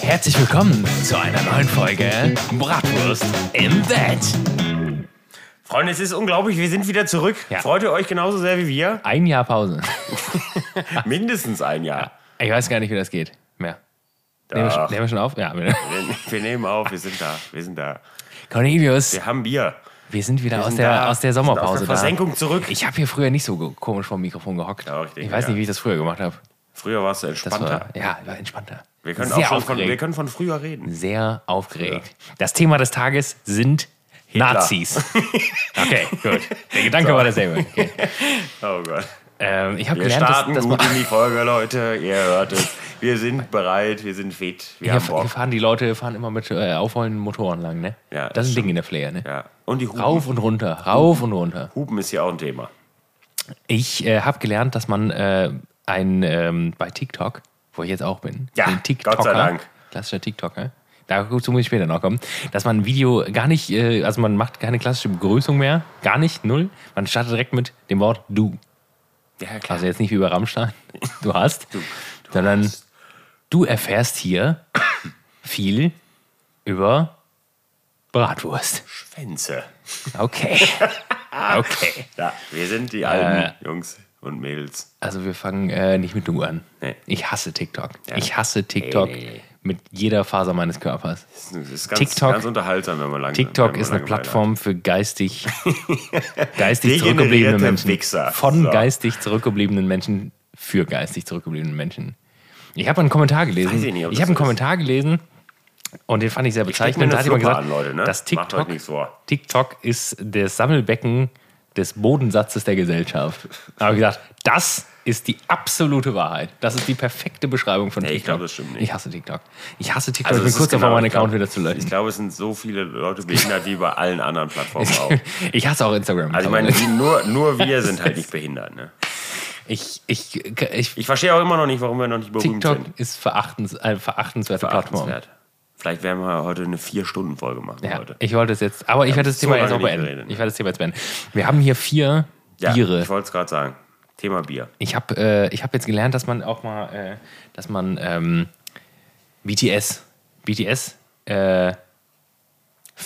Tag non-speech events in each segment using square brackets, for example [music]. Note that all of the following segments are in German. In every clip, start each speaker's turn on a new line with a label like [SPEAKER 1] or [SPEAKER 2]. [SPEAKER 1] Herzlich willkommen zu einer neuen Folge Bratwurst im Bett.
[SPEAKER 2] Freunde, es ist unglaublich, wir sind wieder zurück.
[SPEAKER 1] Ja.
[SPEAKER 2] Freut ihr euch genauso sehr wie wir?
[SPEAKER 1] Ein Jahr Pause.
[SPEAKER 2] Mindestens ein Jahr.
[SPEAKER 1] Ich weiß gar nicht, wie das geht. Mehr. Nehmen wir,
[SPEAKER 2] Doch.
[SPEAKER 1] schon- nehmen wir schon auf? Ja. wir-
[SPEAKER 2] Wir- Wir nehmen auf, wir sind da, wir sind da.
[SPEAKER 1] Cornelius,
[SPEAKER 2] Wir haben Bier.
[SPEAKER 1] wir sind wieder
[SPEAKER 2] Wir
[SPEAKER 1] aus,
[SPEAKER 2] sind
[SPEAKER 1] der,
[SPEAKER 2] da.
[SPEAKER 1] aus der
[SPEAKER 2] Wir sind aus
[SPEAKER 1] Sommerpause
[SPEAKER 2] der
[SPEAKER 1] da.
[SPEAKER 2] Versenkung zurück.
[SPEAKER 1] Ich habe hier früher nicht so ge- komisch vom Mikrofon gehockt.
[SPEAKER 2] Ja, richtig,
[SPEAKER 1] ich weiß nicht,
[SPEAKER 2] ja.
[SPEAKER 1] wie ich das früher gemacht habe.
[SPEAKER 2] Früher warst du
[SPEAKER 1] Das
[SPEAKER 2] entspannter.
[SPEAKER 1] war, ja, war entspannter.
[SPEAKER 2] Wir können, auch
[SPEAKER 1] Sehr
[SPEAKER 2] schon von, wir
[SPEAKER 1] aufgeregt.
[SPEAKER 2] können von früher reden.
[SPEAKER 1] Sehr aufgeregt. Das Thema des Tages sind Nazis.
[SPEAKER 2] [laughs]
[SPEAKER 1] Okay, gut. Der Gedanke war derselbe. Okay.
[SPEAKER 2] Oh Gott.
[SPEAKER 1] Ähm, ich habe
[SPEAKER 2] Wir
[SPEAKER 1] gelernt, dass,
[SPEAKER 2] starten
[SPEAKER 1] dass man,
[SPEAKER 2] gut in die Folge, Leute. Ihr hört es. Wir sind bereit, wir sind fit, wir
[SPEAKER 1] Hier,
[SPEAKER 2] haben
[SPEAKER 1] fa- hier
[SPEAKER 2] Bock.
[SPEAKER 1] fahren die Leute fahren immer mit äh, aufrollenden Motoren lang, ne?
[SPEAKER 2] Ja,
[SPEAKER 1] das
[SPEAKER 2] das
[SPEAKER 1] ist ein Ding in der Flair, ne?
[SPEAKER 2] Ja. Und die Hupen.
[SPEAKER 1] Rauf und runter, rauf und runter.
[SPEAKER 2] Hupen ist hier auch ein Thema.
[SPEAKER 1] Ich äh, habe gelernt, dass man äh, ein ähm, bei TikTok, wo ich jetzt auch bin,
[SPEAKER 2] Ja,
[SPEAKER 1] ein
[SPEAKER 2] Gott sei Dank.
[SPEAKER 1] klassischer TikToker, dazu muss ich später noch kommen, dass man ein Video gar nicht, äh, also man macht keine klassische Begrüßung mehr, gar nicht, null. Man startet direkt mit dem Wort du.
[SPEAKER 2] Ja, klar.
[SPEAKER 1] Also jetzt nicht wie bei [laughs] Rammstein, du hast, sondern du erfährst hier viel über Bratwurst.
[SPEAKER 2] Schwänze.
[SPEAKER 1] Okay. Okay.
[SPEAKER 2] Ja, wir sind
[SPEAKER 1] Äh.
[SPEAKER 2] die alten Jungs und Mädels.
[SPEAKER 1] Also wir fangen äh, nicht mit du an.
[SPEAKER 2] Nee.
[SPEAKER 1] Ich hasse TikTok. Ich hasse TikTok
[SPEAKER 2] Nee, nee, nee.
[SPEAKER 1] mit jeder Faser meines Körpers.
[SPEAKER 2] Das ist ganz,
[SPEAKER 1] TikTok-
[SPEAKER 2] ganz unterhaltsam, wenn man lang wenn
[SPEAKER 1] TikTok
[SPEAKER 2] man
[SPEAKER 1] ist eine
[SPEAKER 2] Langeweile hat.
[SPEAKER 1] Plattform für
[SPEAKER 2] [laughs]
[SPEAKER 1] geistig, geistig
[SPEAKER 2] Degenerierte
[SPEAKER 1] zurückgebliebene Menschen.
[SPEAKER 2] Wichser.
[SPEAKER 1] Von
[SPEAKER 2] So.
[SPEAKER 1] geistig zurückgebliebenen Menschen für geistig zurückgebliebene Menschen. Ich habe einen Kommentar gelesen.
[SPEAKER 2] Weiß
[SPEAKER 1] ich
[SPEAKER 2] ich nicht, ob das
[SPEAKER 1] habe einen
[SPEAKER 2] so ist.
[SPEAKER 1] Kommentar gelesen und den fand ich sehr
[SPEAKER 2] steck mir
[SPEAKER 1] bezeichnend. Da
[SPEAKER 2] eine
[SPEAKER 1] hat jemand
[SPEAKER 2] Fluppe
[SPEAKER 1] gesagt,
[SPEAKER 2] an, Leute, ne?
[SPEAKER 1] dass
[SPEAKER 2] Macht
[SPEAKER 1] TikTok,
[SPEAKER 2] euch
[SPEAKER 1] Also
[SPEAKER 2] nichts vor.
[SPEAKER 1] TikTok ist das Sammelbecken des Bodensatzes der Gesellschaft. Da habe ich gesagt, das ist die absolute Wahrheit. Das ist die perfekte Beschreibung von
[SPEAKER 2] Nee,
[SPEAKER 1] TikTok.
[SPEAKER 2] ich glaube, das stimmt nicht.
[SPEAKER 1] Ich hasse TikTok. Ich hasse TikTok.
[SPEAKER 2] Also
[SPEAKER 1] ich
[SPEAKER 2] es
[SPEAKER 1] bin
[SPEAKER 2] ist
[SPEAKER 1] kurz davor,
[SPEAKER 2] genau-
[SPEAKER 1] meinen
[SPEAKER 2] ich glaub-
[SPEAKER 1] Account wieder zu löschen.
[SPEAKER 2] Ich glaube, es sind so viele Leute behindert wie bei allen
[SPEAKER 1] [laughs]
[SPEAKER 2] anderen Plattformen auch.
[SPEAKER 1] Ich hasse auch Instagram.
[SPEAKER 2] Also ich meine, die- nur, nur wir sind halt nicht behindert. Ne?
[SPEAKER 1] ich, ich, ich,
[SPEAKER 2] Ich verstehe auch immer noch nicht, warum wir noch nicht berühmt
[SPEAKER 1] TikTok
[SPEAKER 2] sind.
[SPEAKER 1] ist verachtens, äh, verachtenswerte Plattform.
[SPEAKER 2] Verachtenswert. Vielleicht werden wir heute eine Vier-Stunden-Folge machen.
[SPEAKER 1] Ja,
[SPEAKER 2] Leute.
[SPEAKER 1] ich wollte es jetzt, aber ich werde das
[SPEAKER 2] so
[SPEAKER 1] Thema jetzt
[SPEAKER 2] lange
[SPEAKER 1] auch
[SPEAKER 2] nicht
[SPEAKER 1] beenden.
[SPEAKER 2] geredet, ne?
[SPEAKER 1] Ich werde das Thema jetzt beenden. Wir haben hier vier
[SPEAKER 2] Ja,
[SPEAKER 1] Biere.
[SPEAKER 2] Ich wollte es gerade sagen. Thema Bier.
[SPEAKER 1] Ich habe äh, ich hab jetzt gelernt, dass man auch mal, äh, dass man ähm, BTS, BTS, äh,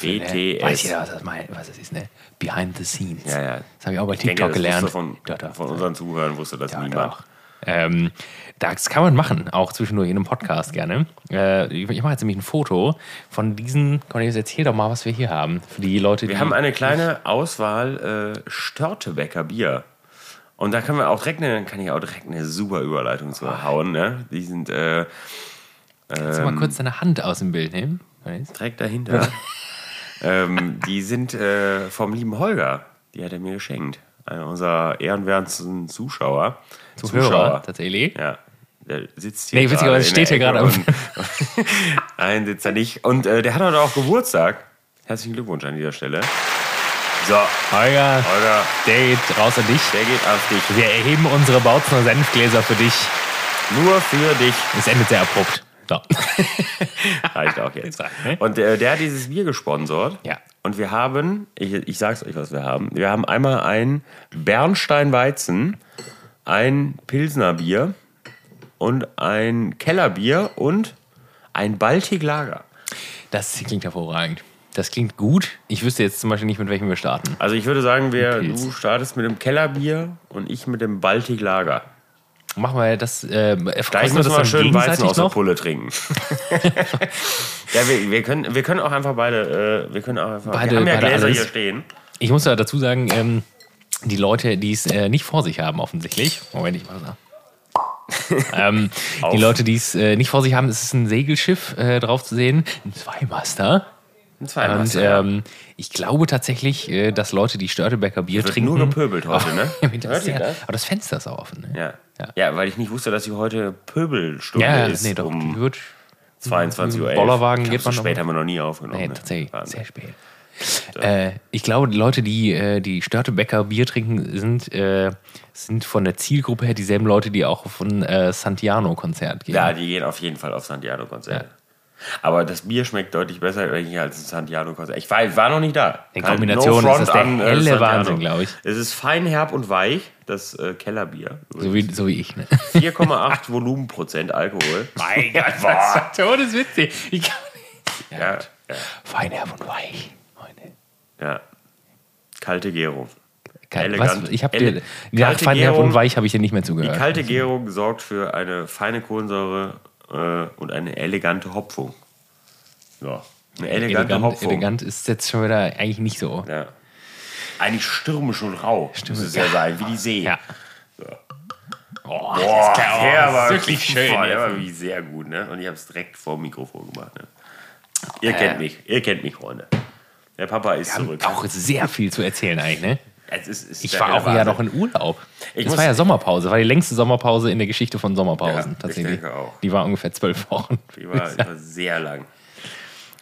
[SPEAKER 2] BTS.
[SPEAKER 1] weiß jeder, was das, meint, was das ist, ne? Behind the Scenes.
[SPEAKER 2] Ja, ja.
[SPEAKER 1] Das habe ich auch bei
[SPEAKER 2] Ich denke,
[SPEAKER 1] TikTok
[SPEAKER 2] das wusste
[SPEAKER 1] gelernt.
[SPEAKER 2] Von,
[SPEAKER 1] Doch, doch.
[SPEAKER 2] von unseren Zuhörern wusste das
[SPEAKER 1] Ja,
[SPEAKER 2] niemand.
[SPEAKER 1] doch. Ähm, das kann man machen, auch zwischendurch in einem Podcast gerne. Äh, ich ich mache jetzt nämlich ein Foto von diesen. Cornelius, erzähl doch mal, was wir hier haben. Für die Leute, die.
[SPEAKER 2] Wir haben eine kleine Auswahl äh, Störtebecker Bier. Und da können wir auch direkt eine, kann ich auch direkt eine super Überleitung zu hauen. Ne? Die sind äh,
[SPEAKER 1] Kannst du mal ähm, kurz deine Hand aus dem Bild nehmen? Cornelius? [laughs]
[SPEAKER 2] direkt dahinter. ähm, die sind äh, vom lieben Holger. Die hat er mir geschenkt. Einer unserer ehrenwertesten Zuschauer.
[SPEAKER 1] Zuhörer, tatsächlich.
[SPEAKER 2] Ja. Der sitzt hier
[SPEAKER 1] Nee, witzigerweise
[SPEAKER 2] in der
[SPEAKER 1] steht hier
[SPEAKER 2] Ecke
[SPEAKER 1] gerade
[SPEAKER 2] und- [laughs] Nein, sitzt er nicht. Und äh, der hat heute auch Geburtstag. Herzlichen Glückwunsch an dieser Stelle. So,
[SPEAKER 1] Holger,
[SPEAKER 2] Holger,
[SPEAKER 1] der geht raus an dich.
[SPEAKER 2] der geht auf dich.
[SPEAKER 1] Wir erheben unsere Bautzner Senfgläser für dich.
[SPEAKER 2] Nur für dich.
[SPEAKER 1] Es endet sehr abrupt. So.
[SPEAKER 2] [laughs]
[SPEAKER 1] [laughs]
[SPEAKER 2] Reicht auch jetzt.
[SPEAKER 1] Reicht, ne?
[SPEAKER 2] Und äh, der hat dieses Bier gesponsert.
[SPEAKER 1] Ja.
[SPEAKER 2] Und wir haben, ich, ich sag's euch, was wir haben. Wir haben einmal ein Bernsteinweizen, ein Pilsnerbier und ein Kellerbier und ein Baltiklager.
[SPEAKER 1] Das klingt hervorragend. Das klingt gut. Ich wüsste jetzt zum Beispiel nicht, mit welchem wir starten.
[SPEAKER 2] Also ich würde sagen, wir,
[SPEAKER 1] Pilz.
[SPEAKER 2] du startest mit dem Kellerbier und ich mit dem Baltiklager.
[SPEAKER 1] Machen wir das. Äh,
[SPEAKER 2] Gleich müssen wir schön Weizen aus der
[SPEAKER 1] noch? [laughs]
[SPEAKER 2] Pulle trinken. ja, wir, wir, können, wir können auch einfach beide, äh, wir können auch einfach,
[SPEAKER 1] Beide-
[SPEAKER 2] wir haben ja
[SPEAKER 1] beide
[SPEAKER 2] Gläser
[SPEAKER 1] alles.
[SPEAKER 2] hier stehen.
[SPEAKER 1] Ich muss ja dazu sagen, ähm, die Leute, die es äh, nicht vor sich haben, offensichtlich. Moment, ich mach
[SPEAKER 2] [laughs]
[SPEAKER 1] das. ab. ähm, die
[SPEAKER 2] Auf.
[SPEAKER 1] Leute, die es äh, nicht vor sich haben, es ist ein Segelschiff äh, drauf zu sehen, ein Zweimaster.
[SPEAKER 2] Ein zweimal.
[SPEAKER 1] Und ähm, ich glaube tatsächlich, äh, dass Leute, die Störtebecker Bier
[SPEAKER 2] Wird
[SPEAKER 1] trinken.
[SPEAKER 2] nur
[SPEAKER 1] [laughs]
[SPEAKER 2] gepöbelt heute, ne?
[SPEAKER 1] Im Hintergrund-
[SPEAKER 2] Hört ihr das?
[SPEAKER 1] Aber das Fenster ist auch offen. Ne?
[SPEAKER 2] Ja.
[SPEAKER 1] Ja.
[SPEAKER 2] Ja. weil ich nicht wusste, dass sie heute Pöbelstunde
[SPEAKER 1] Ja, ja,
[SPEAKER 2] ist.
[SPEAKER 1] nee, doch.
[SPEAKER 2] Um
[SPEAKER 1] wird,
[SPEAKER 2] 22 Uhr.
[SPEAKER 1] Bollerwagen geht man
[SPEAKER 2] so
[SPEAKER 1] noch mal.
[SPEAKER 2] spät haben wir noch nie aufgenommen.
[SPEAKER 1] nee,
[SPEAKER 2] ne?
[SPEAKER 1] tatsächlich.
[SPEAKER 2] Wahnsinn.
[SPEAKER 1] Sehr spät. Äh, ich glaube, die Leute, die, äh, die Störtebecker Bier trinken, sind, äh, sind von der Zielgruppe her dieselben Leute, die auch auf ein äh, Santiano-Konzert gehen.
[SPEAKER 2] Ja, die gehen auf jeden Fall auf Santiago-Konzert. Aber das Bier schmeckt deutlich besser eigentlich als ein Santiano Costa. Ich war, ich war noch nicht da.
[SPEAKER 1] In
[SPEAKER 2] Kein-
[SPEAKER 1] Kombination ist
[SPEAKER 2] front
[SPEAKER 1] das der
[SPEAKER 2] äh,
[SPEAKER 1] helle
[SPEAKER 2] Santiano.
[SPEAKER 1] Wahnsinn, glaub ich.
[SPEAKER 2] Es ist fein, herb und weich, das äh, Kellerbier.
[SPEAKER 1] So wie, so wie ich, ne? [laughs]
[SPEAKER 2] 4,8 Volumenprozent Alkohol.
[SPEAKER 1] Mein Gott, [laughs] das war todeswitzig. Ich kann nicht.
[SPEAKER 2] Ja, ja,
[SPEAKER 1] Fein, herb und weich. Freunde.
[SPEAKER 2] ja. Kalte Gärung.
[SPEAKER 1] Kein,
[SPEAKER 2] Elegant.
[SPEAKER 1] was, ich habe
[SPEAKER 2] Ele-
[SPEAKER 1] dir. Ja,
[SPEAKER 2] kalte
[SPEAKER 1] fein, herb
[SPEAKER 2] Gärung.
[SPEAKER 1] und weich habe ich dir nicht mehr
[SPEAKER 2] Die
[SPEAKER 1] zugehört.
[SPEAKER 2] kalte Gärung sorgt für eine feine Kohlensäure äh, und eine elegante Hopfung. Ja, eine elegante
[SPEAKER 1] Elegant,
[SPEAKER 2] Hopfung.
[SPEAKER 1] elegant ist jetzt schon wieder eigentlich nicht so.
[SPEAKER 2] Ja. Eigentlich stürmisch und rau. Stürmisch. Muss es ja sein, wie die See.
[SPEAKER 1] Ja. Oh, das
[SPEAKER 2] Boah,
[SPEAKER 1] ist geil.
[SPEAKER 2] der
[SPEAKER 1] Oh,
[SPEAKER 2] war
[SPEAKER 1] das ist wirklich schön.
[SPEAKER 2] Voll, der
[SPEAKER 1] jetzt.
[SPEAKER 2] war wirklich sehr gut, ne? Und ich habe es direkt vor dem Mikrofon gemacht. Ne? Ihr kennt mich, ihr kennt mich, Freunde. Der Papa ist zurück.
[SPEAKER 1] Äh. Auch sehr viel zu erzählen eigentlich, ne?
[SPEAKER 2] Es ist, ist
[SPEAKER 1] Ich
[SPEAKER 2] der
[SPEAKER 1] war auch
[SPEAKER 2] Wahnsinn.
[SPEAKER 1] ja noch in Urlaub.
[SPEAKER 2] Ich
[SPEAKER 1] es
[SPEAKER 2] muss-
[SPEAKER 1] war ja Sommerpause, war die längste Sommerpause in der Geschichte von Sommerpausen
[SPEAKER 2] Ja, ich
[SPEAKER 1] tatsächlich.
[SPEAKER 2] denke auch.
[SPEAKER 1] Die war ungefähr zwölf Wochen.
[SPEAKER 2] Ich war,
[SPEAKER 1] [laughs]
[SPEAKER 2] ich war sehr lang.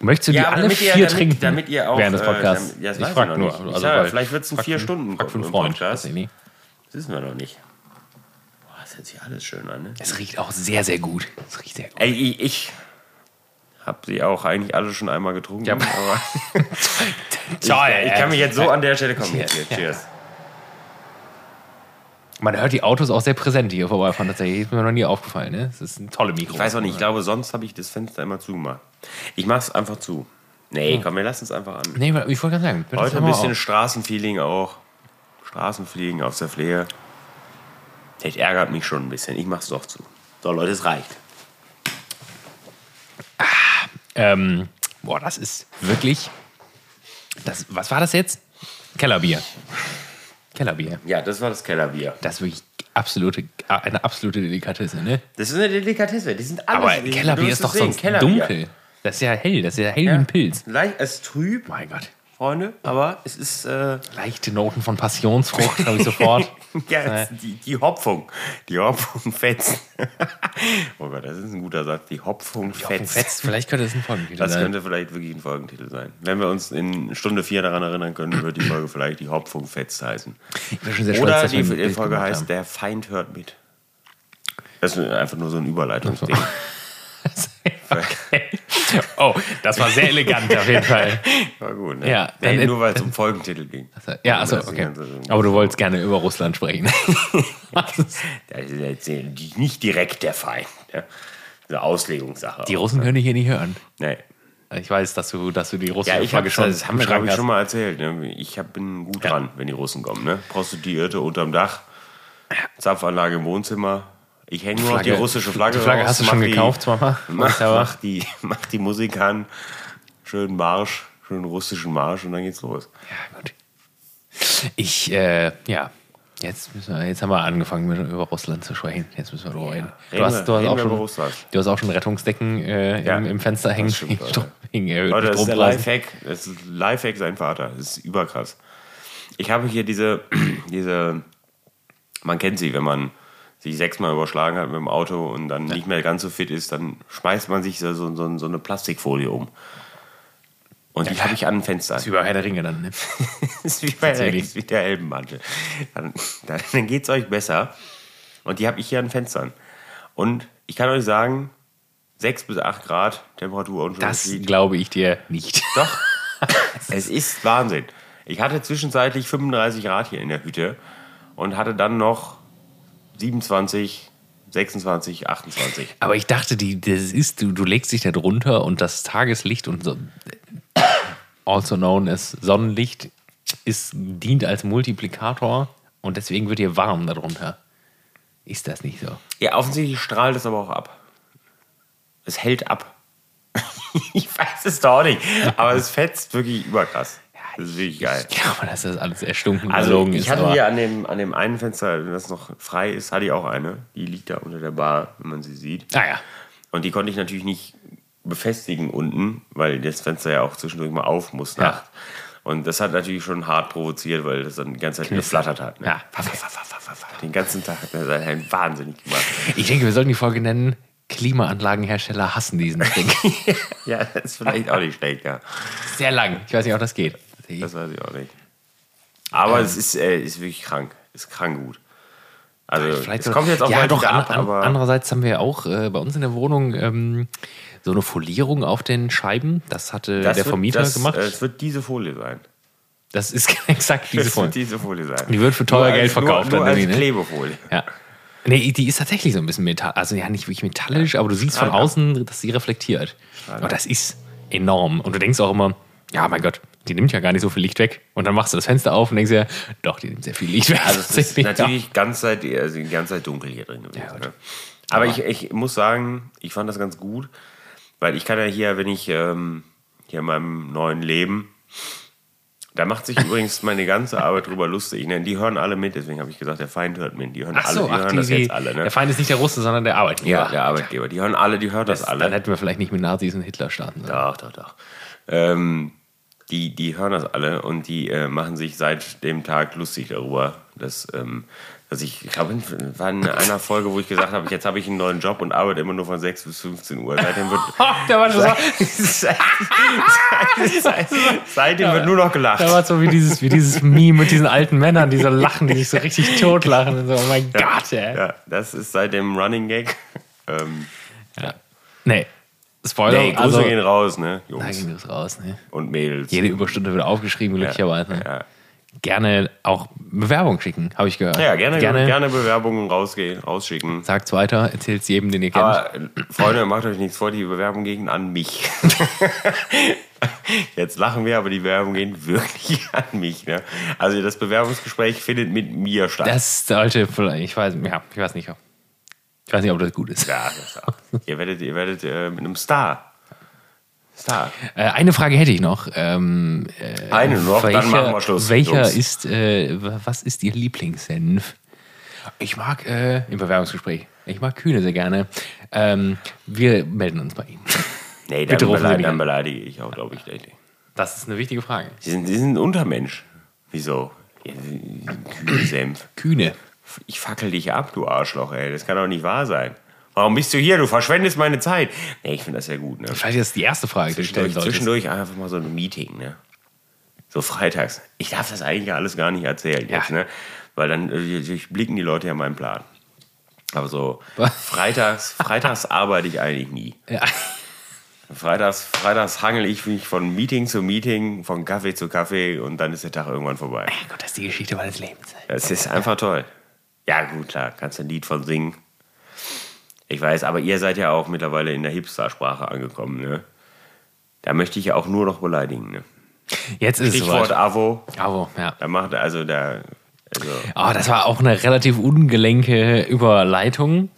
[SPEAKER 1] Möchtest du die alle
[SPEAKER 2] damit ihr-
[SPEAKER 1] vier
[SPEAKER 2] damit,
[SPEAKER 1] trinken?
[SPEAKER 2] Damit ihr auch,
[SPEAKER 1] während des
[SPEAKER 2] äh,
[SPEAKER 1] Podcasts.
[SPEAKER 2] damit- ja, das
[SPEAKER 1] ich
[SPEAKER 2] weiß ich
[SPEAKER 1] frag
[SPEAKER 2] noch
[SPEAKER 1] nur.
[SPEAKER 2] nicht. Ich
[SPEAKER 1] also,
[SPEAKER 2] sag,
[SPEAKER 1] weil-
[SPEAKER 2] vielleicht wird's zu
[SPEAKER 1] frag
[SPEAKER 2] vier
[SPEAKER 1] einen-
[SPEAKER 2] Stunden
[SPEAKER 1] Frag für einen
[SPEAKER 2] im
[SPEAKER 1] Freund.
[SPEAKER 2] Podcast.
[SPEAKER 1] weiß ich nicht.
[SPEAKER 2] Das wissen wir noch nicht. Boah, das hört sich alles schön an, ne?
[SPEAKER 1] Es riecht auch sehr, sehr gut. Es riecht sehr gut.
[SPEAKER 2] Ey, ich, ich habe sie auch eigentlich alle schon einmal getrunken.
[SPEAKER 1] Ja. [laughs]
[SPEAKER 2] aber ich,
[SPEAKER 1] Toll,
[SPEAKER 2] ich
[SPEAKER 1] ey.
[SPEAKER 2] kann mich jetzt so an der Stelle kommen.
[SPEAKER 1] Cheers.
[SPEAKER 2] Cheers. Cheers.
[SPEAKER 1] Man hört die Autos auch sehr präsent die hier vorbeifahren. Tatsächlich ist mir noch nie aufgefallen. Ne? Das ist ein tolles Mikro.
[SPEAKER 2] Ich weiß auch nicht, ich glaube, sonst habe ich das Fenster immer zugemacht. Ich mache es einfach zu.
[SPEAKER 1] Hm.
[SPEAKER 2] Nee, komm, wir lassen es einfach an.
[SPEAKER 1] Nee, ich wollte gerade sagen. wir
[SPEAKER 2] Heute
[SPEAKER 1] lassen
[SPEAKER 2] ein
[SPEAKER 1] wir
[SPEAKER 2] bisschen
[SPEAKER 1] auf.
[SPEAKER 2] Straßenfeeling auch. Straßenfeeling aus der Pflege. Das ärgert mich schon ein bisschen. Ich mach's doch zu. So, Leute, es reicht.
[SPEAKER 1] Ähm, boah, das ist wirklich. Das, was war das jetzt? Kellerbier. Kellerbier.
[SPEAKER 2] Ja, das war das Kellerbier.
[SPEAKER 1] Das ist wirklich absolute, eine absolute Delikatesse, ne?
[SPEAKER 2] Das ist eine Delikatesse. Die sind alle
[SPEAKER 1] Aber
[SPEAKER 2] du
[SPEAKER 1] Kellerbier
[SPEAKER 2] wirst
[SPEAKER 1] ist
[SPEAKER 2] es
[SPEAKER 1] doch
[SPEAKER 2] sehen.
[SPEAKER 1] sonst
[SPEAKER 2] Kellerbier.
[SPEAKER 1] dunkel. Das ist ja hell, das ist ja hell wie ein Pilz.
[SPEAKER 2] Leicht, es ist trüb,
[SPEAKER 1] Mein Gott.
[SPEAKER 2] Freunde, aber es ist. Äh,
[SPEAKER 1] Leichte Noten von Passionsfrucht habe ich
[SPEAKER 2] [laughs]
[SPEAKER 1] sofort.
[SPEAKER 2] Ja, es- die, die Hopfung. Die Hopfung [laughs] fetzt. oh Gott, das ist ein guter Satz. Die Hopfung fetzt.
[SPEAKER 1] Fetzt, vielleicht könnte es ein Folgenvideo
[SPEAKER 2] Das
[SPEAKER 1] sein.
[SPEAKER 2] könnte vielleicht wirklich ein Folgentitel sein. Wenn wir uns in Stunde 4 daran erinnern können, wird die Folge vielleicht die Hopfung fetzt heißen.
[SPEAKER 1] Ich bin schon sehr stolz,
[SPEAKER 2] Oder
[SPEAKER 1] dass wir
[SPEAKER 2] die,
[SPEAKER 1] ein
[SPEAKER 2] die
[SPEAKER 1] Bild
[SPEAKER 2] Folge
[SPEAKER 1] gemacht
[SPEAKER 2] heißt
[SPEAKER 1] haben. [laughs]
[SPEAKER 2] Der Feind hört mit. Das ist einfach nur so ein Überleitungsding.
[SPEAKER 1] Okay. Oh, das war sehr elegant auf
[SPEAKER 2] [laughs]
[SPEAKER 1] jeden Fall.
[SPEAKER 2] War gut, ne?
[SPEAKER 1] Ja,
[SPEAKER 2] nee,
[SPEAKER 1] dann-
[SPEAKER 2] nur weil es um Folgentitel ging.
[SPEAKER 1] Ja, also
[SPEAKER 2] Das ist
[SPEAKER 1] okay.
[SPEAKER 2] ganz-
[SPEAKER 1] Aber du wolltest gerne über Russland
[SPEAKER 2] [laughs]
[SPEAKER 1] sprechen.
[SPEAKER 2] Das ist jetzt nicht direkt der Feind. Ne? Eine Auslegungssache.
[SPEAKER 1] Die Russen können dich hier nicht hören.
[SPEAKER 2] nee.
[SPEAKER 1] Ich weiß, dass du, dass du die Russen
[SPEAKER 2] Ja, ich habe schon, das haben wir,
[SPEAKER 1] geschlagen
[SPEAKER 2] glaube ich,
[SPEAKER 1] hast.
[SPEAKER 2] schon mal erzählt. Ne? Ich hab, bin gut dran, wenn die Russen kommen. Ne? Prostituierte unterm Dach, Zapfanlage im Wohnzimmer. Ich hänge nur noch die
[SPEAKER 1] Flagge.
[SPEAKER 2] russische Flagge
[SPEAKER 1] Die Flagge
[SPEAKER 2] raus,
[SPEAKER 1] hast du
[SPEAKER 2] mach
[SPEAKER 1] schon
[SPEAKER 2] die,
[SPEAKER 1] gekauft, Mama?
[SPEAKER 2] Mach,
[SPEAKER 1] Aber-
[SPEAKER 2] mach, die, mach die Musik an, schönen Marsch, schönen russischen Marsch und dann geht's los.
[SPEAKER 1] Ja, gut. Ich, äh, ja. Jetzt, müssen wir, jetzt haben wir angefangen, mit, über Russland zu sprechen. Jetzt müssen wir drüber reden. Du
[SPEAKER 2] Reden
[SPEAKER 1] hast, du,
[SPEAKER 2] wir-
[SPEAKER 1] hast
[SPEAKER 2] reden
[SPEAKER 1] auch
[SPEAKER 2] wir über
[SPEAKER 1] schon,
[SPEAKER 2] Russland.
[SPEAKER 1] du hast auch schon Rettungsdecken äh,
[SPEAKER 2] Ja,
[SPEAKER 1] im, im Fenster hängen. [laughs]
[SPEAKER 2] stimmt,
[SPEAKER 1] wegen
[SPEAKER 2] Leute.
[SPEAKER 1] Strom- wegen erhöhten
[SPEAKER 2] Leute, das ist der
[SPEAKER 1] Strompreisen.
[SPEAKER 2] Lifehack. Das ist Lifehack sein Vater. Das ist überkrass. Ich habe hier diese, [clears throat] diese, man kennt sie, wenn man sich sechsmal überschlagen hat mit dem Auto und dann nicht mehr ganz so fit ist, dann schmeißt man sich so, so, so, so eine Plastikfolie um. Und die habe ich an ein Fenster.
[SPEAKER 1] Über Herr der Ringe dann. Ne?
[SPEAKER 2] [laughs] Das ist wie bei der,
[SPEAKER 1] Tatsächlich.
[SPEAKER 2] ist wie der Elbenmantel. Dann, dann, dann geht es euch besser. Und die habe ich hier an Fenstern. Und ich kann euch sagen, 6 bis 8 Grad Temperaturunterschied.
[SPEAKER 1] Das glaube ich dir nicht.
[SPEAKER 2] Doch. [laughs] es ist Wahnsinn. Ich hatte zwischenzeitlich 35 Grad hier in der Hütte und hatte dann noch 27, 26, 28.
[SPEAKER 1] Aber ich dachte, die, das ist, du, du legst dich da drunter und das Tageslicht und so, also known as Sonnenlicht ist, dient als Multiplikator und deswegen wird dir warm darunter. Ist das nicht so?
[SPEAKER 2] Ja, offensichtlich strahlt es aber auch ab. Es hält ab. [laughs] ich weiß es doch nicht, aber es fetzt wirklich überkrass. Das ist wirklich geil.
[SPEAKER 1] Ich glaube, dass das alles erstunken und
[SPEAKER 2] Also
[SPEAKER 1] verlogen
[SPEAKER 2] ich
[SPEAKER 1] ist.
[SPEAKER 2] hatte
[SPEAKER 1] aber-
[SPEAKER 2] hier an dem, an dem einen Fenster, das noch frei ist, hatte ich auch eine. Die liegt da unter der Bar, wenn man sie sieht.
[SPEAKER 1] ah ja,
[SPEAKER 2] Und die konnte ich natürlich nicht befestigen unten, weil das Fenster ja auch zwischendurch mal auf muss
[SPEAKER 1] Ja.
[SPEAKER 2] nachts. Und das hat natürlich schon hart provoziert, weil das dann die ganze Zeit geflattert hat. Ne?
[SPEAKER 1] Ja.
[SPEAKER 2] Fa, fa, fa, fa, fa, fa. Den ganzen Tag ne? hat er einen wahnsinnig gemacht.
[SPEAKER 1] [laughs] ich denke, wir sollten die Folge nennen, Klimaanlagenhersteller hassen diesen Trick.
[SPEAKER 2] [laughs] ja, das ist vielleicht auch nicht schlecht, ja.
[SPEAKER 1] Sehr lang. Ich weiß nicht, ob das geht. Ähm.
[SPEAKER 2] Das weiß ich auch nicht. Aber es ist, äh, ist wirklich krank. Ist krank gut. Also,
[SPEAKER 1] Vielleicht
[SPEAKER 2] es kommt jetzt auch
[SPEAKER 1] ja,
[SPEAKER 2] mal
[SPEAKER 1] doch,
[SPEAKER 2] wieder
[SPEAKER 1] an,
[SPEAKER 2] ab,
[SPEAKER 1] an,
[SPEAKER 2] aber
[SPEAKER 1] andererseits haben wir ja auch äh, bei uns in der Wohnung ähm, so eine Folierung auf den Scheiben. Das hatte
[SPEAKER 2] das
[SPEAKER 1] der
[SPEAKER 2] wird-
[SPEAKER 1] Vermieter
[SPEAKER 2] das,
[SPEAKER 1] gemacht.
[SPEAKER 2] äh, Es wird diese Folie sein.
[SPEAKER 1] das ist [laughs] exakt diese
[SPEAKER 2] [laughs] Es wird
[SPEAKER 1] Folge.
[SPEAKER 2] diese Folie sein.
[SPEAKER 1] Die wird für teuer
[SPEAKER 2] Nur als-
[SPEAKER 1] Geld verkauft,
[SPEAKER 2] Nur, nur
[SPEAKER 1] dann
[SPEAKER 2] als
[SPEAKER 1] irgendwie, ne?
[SPEAKER 2] Klebefolie.
[SPEAKER 1] Ja. Nee, die ist tatsächlich so ein bisschen metallisch. Also ja, nicht wirklich metallisch, aber du siehst von
[SPEAKER 2] Strahlt ab.
[SPEAKER 1] außen, dass sie reflektiert.
[SPEAKER 2] Ah,
[SPEAKER 1] Und das ist enorm. Und du denkst auch immer, ja, mein Gott, die nimmt ja gar nicht so viel Licht weg. Und dann machst du das Fenster auf und denkst ja, doch, die nimmt sehr viel Licht weg.
[SPEAKER 2] Also es ist
[SPEAKER 1] Tatsächlich, [laughs] ja.
[SPEAKER 2] natürlich ganz Zeit, also die ganze Zeit dunkel hier drin gewesen.
[SPEAKER 1] gut.
[SPEAKER 2] ne? Aber ich, ich muss sagen, ich fand das ganz gut, weil ich kann ja hier, wenn ich ähm, hier in meinem neuen Leben, da macht sich
[SPEAKER 1] [laughs]
[SPEAKER 2] übrigens meine ganze Arbeit drüber lustig. Ne? Die hören alle mit, deswegen habe ich gesagt, der Feind hört mit. Die hören
[SPEAKER 1] Ach
[SPEAKER 2] alle,
[SPEAKER 1] so,
[SPEAKER 2] die
[SPEAKER 1] ach,
[SPEAKER 2] hören
[SPEAKER 1] die,
[SPEAKER 2] das
[SPEAKER 1] die,
[SPEAKER 2] jetzt alle. Ne?
[SPEAKER 1] der Feind ist nicht der Russe, sondern der Arbeitgeber.
[SPEAKER 2] ja, der Arbeitgeber. Die hören alle, die hören das, alle.
[SPEAKER 1] Dann hätten wir vielleicht nicht mit Nazis und Hitler starten sollen.
[SPEAKER 2] Doch, doch, doch. Ähm, die, die hören das alle und die äh, machen sich seit dem Tag lustig darüber, dass, ähm, dass ich, ich glaube, in- war in einer Folge, wo ich gesagt habe, jetzt habe ich einen neuen Job und arbeite immer nur von 6 bis 15 Uhr. Seitdem wird,
[SPEAKER 1] Ha, der war schon so,
[SPEAKER 2] seit,
[SPEAKER 1] [laughs]
[SPEAKER 2] seit, seitdem wird nur noch gelacht.
[SPEAKER 1] der war so wie dieses, wie dieses Meme mit diesen alten Männern, die so lachen, die sich so richtig totlachen. Und so, oh mein Gott, ey.
[SPEAKER 2] Ja, das ist seit dem Running Gag. Ähm,
[SPEAKER 1] Nee. Spoiler,
[SPEAKER 2] nee, Grüße
[SPEAKER 1] also,
[SPEAKER 2] gehen raus, ne,
[SPEAKER 1] da
[SPEAKER 2] Jungs
[SPEAKER 1] ging das raus. Ne?
[SPEAKER 2] und Mädels.
[SPEAKER 1] Jede Überstunde wird aufgeschrieben, glücklicherweise.
[SPEAKER 2] ja.
[SPEAKER 1] Gerne auch Bewerbung schicken, habe ich gehört.
[SPEAKER 2] Ja, gerne, gerne,
[SPEAKER 1] gerne.
[SPEAKER 2] Bewerbungen rausgehen, rausschicken.
[SPEAKER 1] Sagt's weiter, erzählt's jedem, den ihr kennt.
[SPEAKER 2] Aber äh, Freunde, macht euch nichts vor, die Bewerbung ging an mich. [laughs] Jetzt lachen wir, aber die Bewerbung ging wirklich [laughs] an mich. Ne? Also das Bewerbungsgespräch findet mit mir statt.
[SPEAKER 1] das sollte vielleicht, ich weiß, ja, ich weiß nicht, ob, ich weiß nicht, ob das gut ist.
[SPEAKER 2] ja, das auch. Ihr werdet, ihr werdet äh, mit einem Star. Star.
[SPEAKER 1] Äh, eine Frage hätte ich noch. Ähm, äh,
[SPEAKER 2] Eine noch, Hm, dann machen wir Schluss.
[SPEAKER 1] Welcher
[SPEAKER 2] Jungs.
[SPEAKER 1] ist, äh, w- was ist Ihr Lieblingssenf? Ich mag, äh, im Bewerbungsgespräch, ich mag Kühne sehr gerne. Ähm, wir melden uns bei Ihnen.
[SPEAKER 2] [laughs] Nee, dann,
[SPEAKER 1] Bitte rufen Sie
[SPEAKER 2] beleidige,
[SPEAKER 1] mich
[SPEAKER 2] dann
[SPEAKER 1] an.
[SPEAKER 2] beleidige ich auch, glaube ich. Daily.
[SPEAKER 1] Das ist eine wichtige Frage.
[SPEAKER 2] Sie sind, sie sind ein Untermensch. Wieso? Ja, sie- Kühlen Senf.
[SPEAKER 1] Kühne.
[SPEAKER 2] Ich fackel dich ab, du Arschloch, ey. Das kann doch nicht wahr sein. Warum bist du hier? Du verschwendest meine Zeit. Nee, ich finde das ja gut, ne?
[SPEAKER 1] Vielleicht ist das die erste Frage, die du stellen
[SPEAKER 2] Zwischendurch,
[SPEAKER 1] solltest.
[SPEAKER 2] zwischendurch einfach mal so ein Meeting, ne? So freitags. Ich darf das eigentlich ja alles gar nicht erzählen
[SPEAKER 1] Ja.
[SPEAKER 2] jetzt, ne? Weil dann äh, durchblicken die Leute ja meinen Plan. Aber so freitags, freitags arbeite ich eigentlich nie.
[SPEAKER 1] Ja.
[SPEAKER 2] Freitags, freitags hangel ich mich von Meeting zu Meeting, von Kaffee zu Kaffee und dann ist der Tag irgendwann vorbei.
[SPEAKER 1] [laughs] Mein Gott, das ist die Geschichte meines Lebens.
[SPEAKER 2] Das ist einfach toll. Ja, gut, klar, kannst ein Lied von singen. Ich weiß, aber ihr seid ja auch mittlerweile in der Hipster-Sprache angekommen, ne? Da möchte ich ja auch nur noch beleidigen, ne?
[SPEAKER 1] Jetzt ist es
[SPEAKER 2] Stichwort
[SPEAKER 1] soweit.
[SPEAKER 2] Avo.
[SPEAKER 1] Aber, ja.
[SPEAKER 2] Da macht also da. Also,
[SPEAKER 1] Oh, das war auch eine relativ ungelenke Überleitung.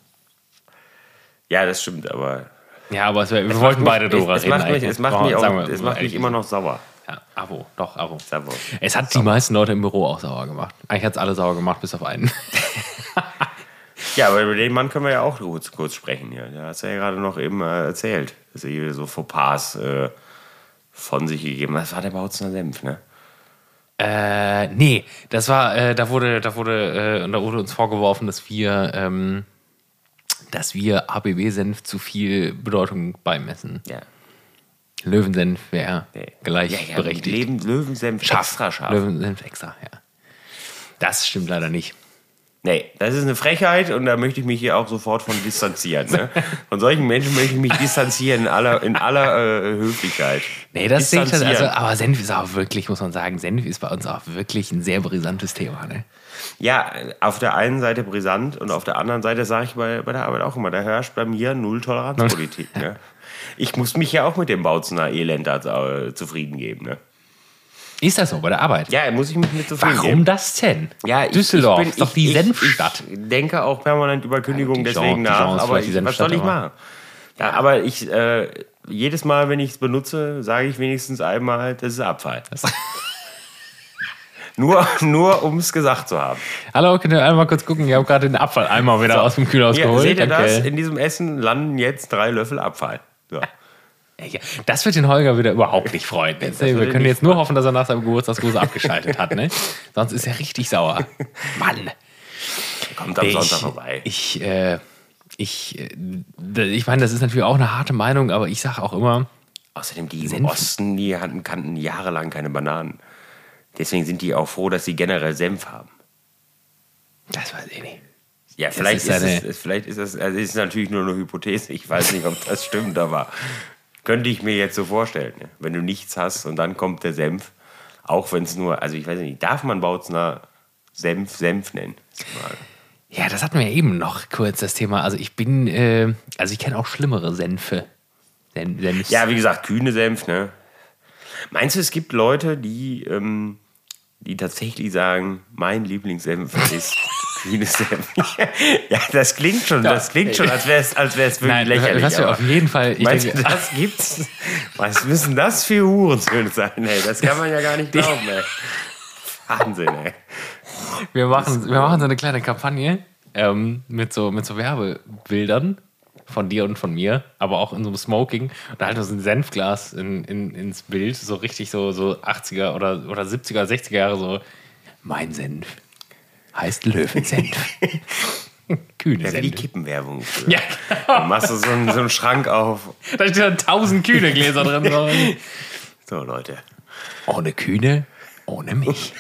[SPEAKER 2] ja, das stimmt, aber.
[SPEAKER 1] Ja, aber es wär, wir wollten beide drüber
[SPEAKER 2] es, es
[SPEAKER 1] reden.
[SPEAKER 2] macht mich,
[SPEAKER 1] eigentlich.
[SPEAKER 2] es macht
[SPEAKER 1] Brauchen
[SPEAKER 2] mich,
[SPEAKER 1] wir- sagen
[SPEAKER 2] auch,
[SPEAKER 1] wir
[SPEAKER 2] es
[SPEAKER 1] mal
[SPEAKER 2] macht mich
[SPEAKER 1] ehrlich.
[SPEAKER 2] immer noch sauer.
[SPEAKER 1] Ja, Abo, doch, Abo.
[SPEAKER 2] Sabo.
[SPEAKER 1] Es hat die meisten Leute im Büro auch sauer gemacht. Eigentlich hat es alle sauer gemacht, bis auf
[SPEAKER 2] [laughs]
[SPEAKER 1] einen.
[SPEAKER 2] Ja, aber über den Mann können wir ja auch kurz, kurz sprechen hier. Der hat es ja gerade noch eben äh, erzählt, dass er hier so Fauxpas äh, von sich gegeben hat. Das war der Bautzner Senf, ne?
[SPEAKER 1] äh, nee, das war, äh, da wurde, da wurde, äh, und da wurde uns vorgeworfen, dass wir, ähm, dass wir ABW-Senf zu viel Bedeutung beimessen.
[SPEAKER 2] Ja.
[SPEAKER 1] Löwensenf wäre
[SPEAKER 2] Nee.
[SPEAKER 1] gleichberechtigt.
[SPEAKER 2] Ja, ja, Leben, Löwensenf
[SPEAKER 1] Scharf.
[SPEAKER 2] extra scharf.
[SPEAKER 1] Löwensenf extra, ja. Das stimmt leider nicht.
[SPEAKER 2] Nee, das ist eine Frechheit und da möchte ich mich hier auch sofort von distanzieren. Ne? Von solchen Menschen möchte ich mich distanzieren in aller, in aller äh, Höflichkeit.
[SPEAKER 1] Nee, das sehe ich das, also,
[SPEAKER 2] Distanzieren.
[SPEAKER 1] aber Senf ist auch wirklich, muss man sagen, Senf ist bei uns auch wirklich ein sehr brisantes Thema, ne?
[SPEAKER 2] Ja, auf der einen Seite brisant und auf der anderen Seite sage ich bei, bei der Arbeit auch immer, da herrscht bei mir null Toleranzpolitik. ne? Ich muss mich ja auch mit dem Bautzener Elend da äh, zufrieden geben. Ne?
[SPEAKER 1] Ist das so bei der Arbeit?
[SPEAKER 2] Ja, muss ich mich mit zufrieden
[SPEAKER 1] Warum
[SPEAKER 2] geben.
[SPEAKER 1] um das denn?
[SPEAKER 2] Ja, ich-
[SPEAKER 1] Düsseldorf
[SPEAKER 2] ich bin-
[SPEAKER 1] ist doch
[SPEAKER 2] ich-
[SPEAKER 1] die
[SPEAKER 2] ich-
[SPEAKER 1] Senfstadt.
[SPEAKER 2] Ich denke auch permanent über Kündigung
[SPEAKER 1] Ja, Dijon- Dijon
[SPEAKER 2] deswegen nach.
[SPEAKER 1] ist
[SPEAKER 2] Aber
[SPEAKER 1] vielleicht die
[SPEAKER 2] ich, was soll ich
[SPEAKER 1] Senfstadt, aber-
[SPEAKER 2] machen? Ja, aber ich, äh, jedes Mal, wenn ich es benutze, sage ich wenigstens einmal, das ist Abfall. [laughs] nur, nur um es gesagt zu haben.
[SPEAKER 1] Hallo, könnt ihr einmal kurz gucken? Ich habe gerade den Abfalleimer wieder aus dem Kühlhaus
[SPEAKER 2] Hier,
[SPEAKER 1] geholt.
[SPEAKER 2] seht ihr das?
[SPEAKER 1] Danke.
[SPEAKER 2] In diesem Essen landen jetzt drei Löffel Abfall. So.
[SPEAKER 1] Ja, das wird den Holger wieder überhaupt nicht freuen. Jetzt,
[SPEAKER 2] wird
[SPEAKER 1] wir
[SPEAKER 2] ihn
[SPEAKER 1] können
[SPEAKER 2] nicht
[SPEAKER 1] jetzt nur hoffen, dass er nach seinem Geburtstagsgruß abgeschaltet hat,
[SPEAKER 2] [laughs]
[SPEAKER 1] ne? Sonst ist er richtig sauer. Mann.
[SPEAKER 2] Kommt am
[SPEAKER 1] Nee,
[SPEAKER 2] Sonntag vorbei.
[SPEAKER 1] Ich, äh, ich, äh, d- ich meine, das ist natürlich auch eine harte Meinung, aber ich sage auch immer,
[SPEAKER 2] Außerdem, die im
[SPEAKER 1] Senf-
[SPEAKER 2] Osten, die hatten, kannten jahrelang keine Bananen. Deswegen sind die auch froh, dass sie generell Senf haben.
[SPEAKER 1] das weiß ich nicht.
[SPEAKER 2] Ja, vielleicht
[SPEAKER 1] ist
[SPEAKER 2] ist, es,
[SPEAKER 1] eine-
[SPEAKER 2] es, vielleicht ist es, also es ist natürlich nur eine Hypothese. Ich weiß nicht, ob das stimmt, aber könnte ich mir jetzt so vorstellen. ne? Wenn du nichts hast und dann kommt der Senf, auch wenn es nur, also ich weiß nicht, darf man Bautzner Senf Senf nennen? Ist die Frage.
[SPEAKER 1] Ja, das hatten wir eben noch kurz, das Thema. Also ich bin, äh, also ich kenne auch schlimmere Senfe. Sen Senfs.
[SPEAKER 2] Ja, wie gesagt, kühne Senf, ne? Meinst du, es gibt Leute, die, ähm, die tatsächlich sagen, mein
[SPEAKER 1] [laughs]
[SPEAKER 2] Lieblingssenf ist kühne Senf? [laughs] ja, das klingt schon, das klingt schon, als wäre es als wär's wirklich
[SPEAKER 1] Nein,
[SPEAKER 2] lächerlich.
[SPEAKER 1] das wäre
[SPEAKER 2] aber-
[SPEAKER 1] auf jeden Fall. Ich
[SPEAKER 2] Meinst du,
[SPEAKER 1] denke, [laughs]
[SPEAKER 2] das gibt's? Was müssen das für Hurensöhne sein, ey? Das kann man ja gar nicht glauben, ey. Wahnsinn, ey.
[SPEAKER 1] wir, machen, wir machen so eine kleine Kampagne ähm, mit, so, mit so Werbebildern von dir und von mir, aber auch in so einem Smoking. Und da halten wir so ein Senfglas in, in, ins Bild, so richtig so, so 80er oder, oder 70er, 60er Jahre so. Mein Senf heißt [laughs] Löwensenf. Kühne
[SPEAKER 2] Wie die
[SPEAKER 1] Senf.
[SPEAKER 2] Kippenwerbung. früher.
[SPEAKER 1] Ja, [laughs]
[SPEAKER 2] Dann machst du so einen, so einen Schrank auf.
[SPEAKER 1] da stehen tausend kühne Gläser drin. So.
[SPEAKER 2] So, Leute.
[SPEAKER 1] Ohne Kühne, ohne mich.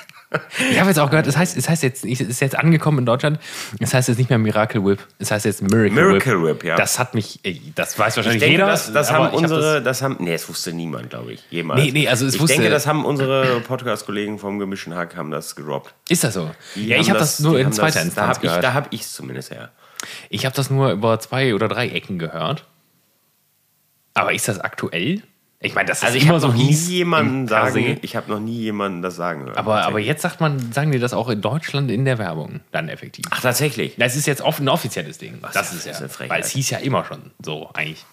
[SPEAKER 1] Ich habe jetzt auch gehört, es heißt, es heißt jetzt, es ist jetzt angekommen in Deutschland, es heißt jetzt nicht mehr Miracle Whip, es heißt jetzt Miracle,
[SPEAKER 2] Miracle
[SPEAKER 1] Whip.
[SPEAKER 2] Whip, ja.
[SPEAKER 1] Das hat mich, ey, das weiß wahrscheinlich
[SPEAKER 2] Ich denke,
[SPEAKER 1] jeder.
[SPEAKER 2] das, das
[SPEAKER 1] aber
[SPEAKER 2] haben
[SPEAKER 1] ich hab
[SPEAKER 2] unsere, das, haben, nee, das wusste niemand, glaube ich, jemals.
[SPEAKER 1] Nee, nee, also es
[SPEAKER 2] ich
[SPEAKER 1] wusste-
[SPEAKER 2] denke, das haben unsere Podcast-Kollegen vom Gemischten Hack haben das gedroppt.
[SPEAKER 1] Das, ist das so?
[SPEAKER 2] Die
[SPEAKER 1] ja, ich habe das, nur
[SPEAKER 2] die
[SPEAKER 1] in
[SPEAKER 2] haben
[SPEAKER 1] zweiter
[SPEAKER 2] das- da
[SPEAKER 1] Instanz
[SPEAKER 2] hab ich,
[SPEAKER 1] gehört.
[SPEAKER 2] Da habe ich es zumindest, ja.
[SPEAKER 1] ich habe das nur über zwei oder drei Ecken gehört. Aber ist das aktuell? Ich meine, das
[SPEAKER 2] Also
[SPEAKER 1] ist
[SPEAKER 2] ich
[SPEAKER 1] immer
[SPEAKER 2] habe
[SPEAKER 1] so
[SPEAKER 2] noch nie
[SPEAKER 1] hieß im
[SPEAKER 2] jemanden
[SPEAKER 1] Kasee.
[SPEAKER 2] sagen, ich habe noch nie jemanden das sagen hören.
[SPEAKER 1] Aber, aber jetzt sagt man, sagen die das auch in Deutschland in der Werbung dann effektiv.
[SPEAKER 2] Ach, tatsächlich?
[SPEAKER 1] Das ist jetzt off- ein offizielles Ding. das ist ja,
[SPEAKER 2] ist eine Frechheit.
[SPEAKER 1] weil es hieß ja immer schon so eigentlich.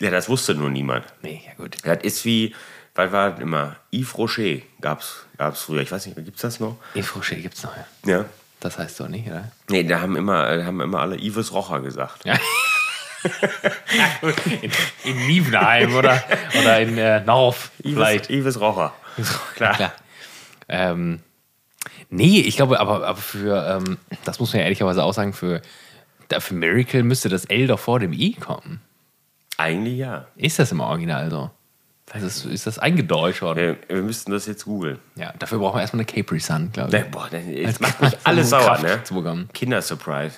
[SPEAKER 2] Ja, das wusste nur niemand.
[SPEAKER 1] Nee, ja gut.
[SPEAKER 2] Das ist wie, was war das immer? Yves Rocher gab's, gab's früher. Ich weiß nicht, gibt's das noch?
[SPEAKER 1] Infrosche gibt's noch. ja.
[SPEAKER 2] Ja.
[SPEAKER 1] Das heißt doch nicht, oder?
[SPEAKER 2] Nee, da haben immer, äh, haben immer alle Yves Rocher gesagt.
[SPEAKER 1] In, in Nievenheim oder, oder in äh, Norf vielleicht.
[SPEAKER 2] Yves, Yves Rocher.
[SPEAKER 1] [laughs] Klar. Klar. Ähm, nee, ich glaube, aber, aber für, ähm, das muss man ja ehrlicherweise auch sagen, für, da- für Miracle müsste das L doch vor dem I kommen.
[SPEAKER 2] Eigentlich ja.
[SPEAKER 1] Ist das im Original so? Das ist, ist das eingedeutscht worden?
[SPEAKER 2] Wir, wir müssten das jetzt googeln.
[SPEAKER 1] Ja, dafür brauchen wir erstmal eine Capri Sun, glaube ich.
[SPEAKER 2] Ne, Boah, das das
[SPEAKER 1] Als
[SPEAKER 2] macht mich
[SPEAKER 1] Kraft-
[SPEAKER 2] alles sauer,
[SPEAKER 1] Kraft-
[SPEAKER 2] ne?
[SPEAKER 1] zu bekommen.
[SPEAKER 2] Kindersurprise.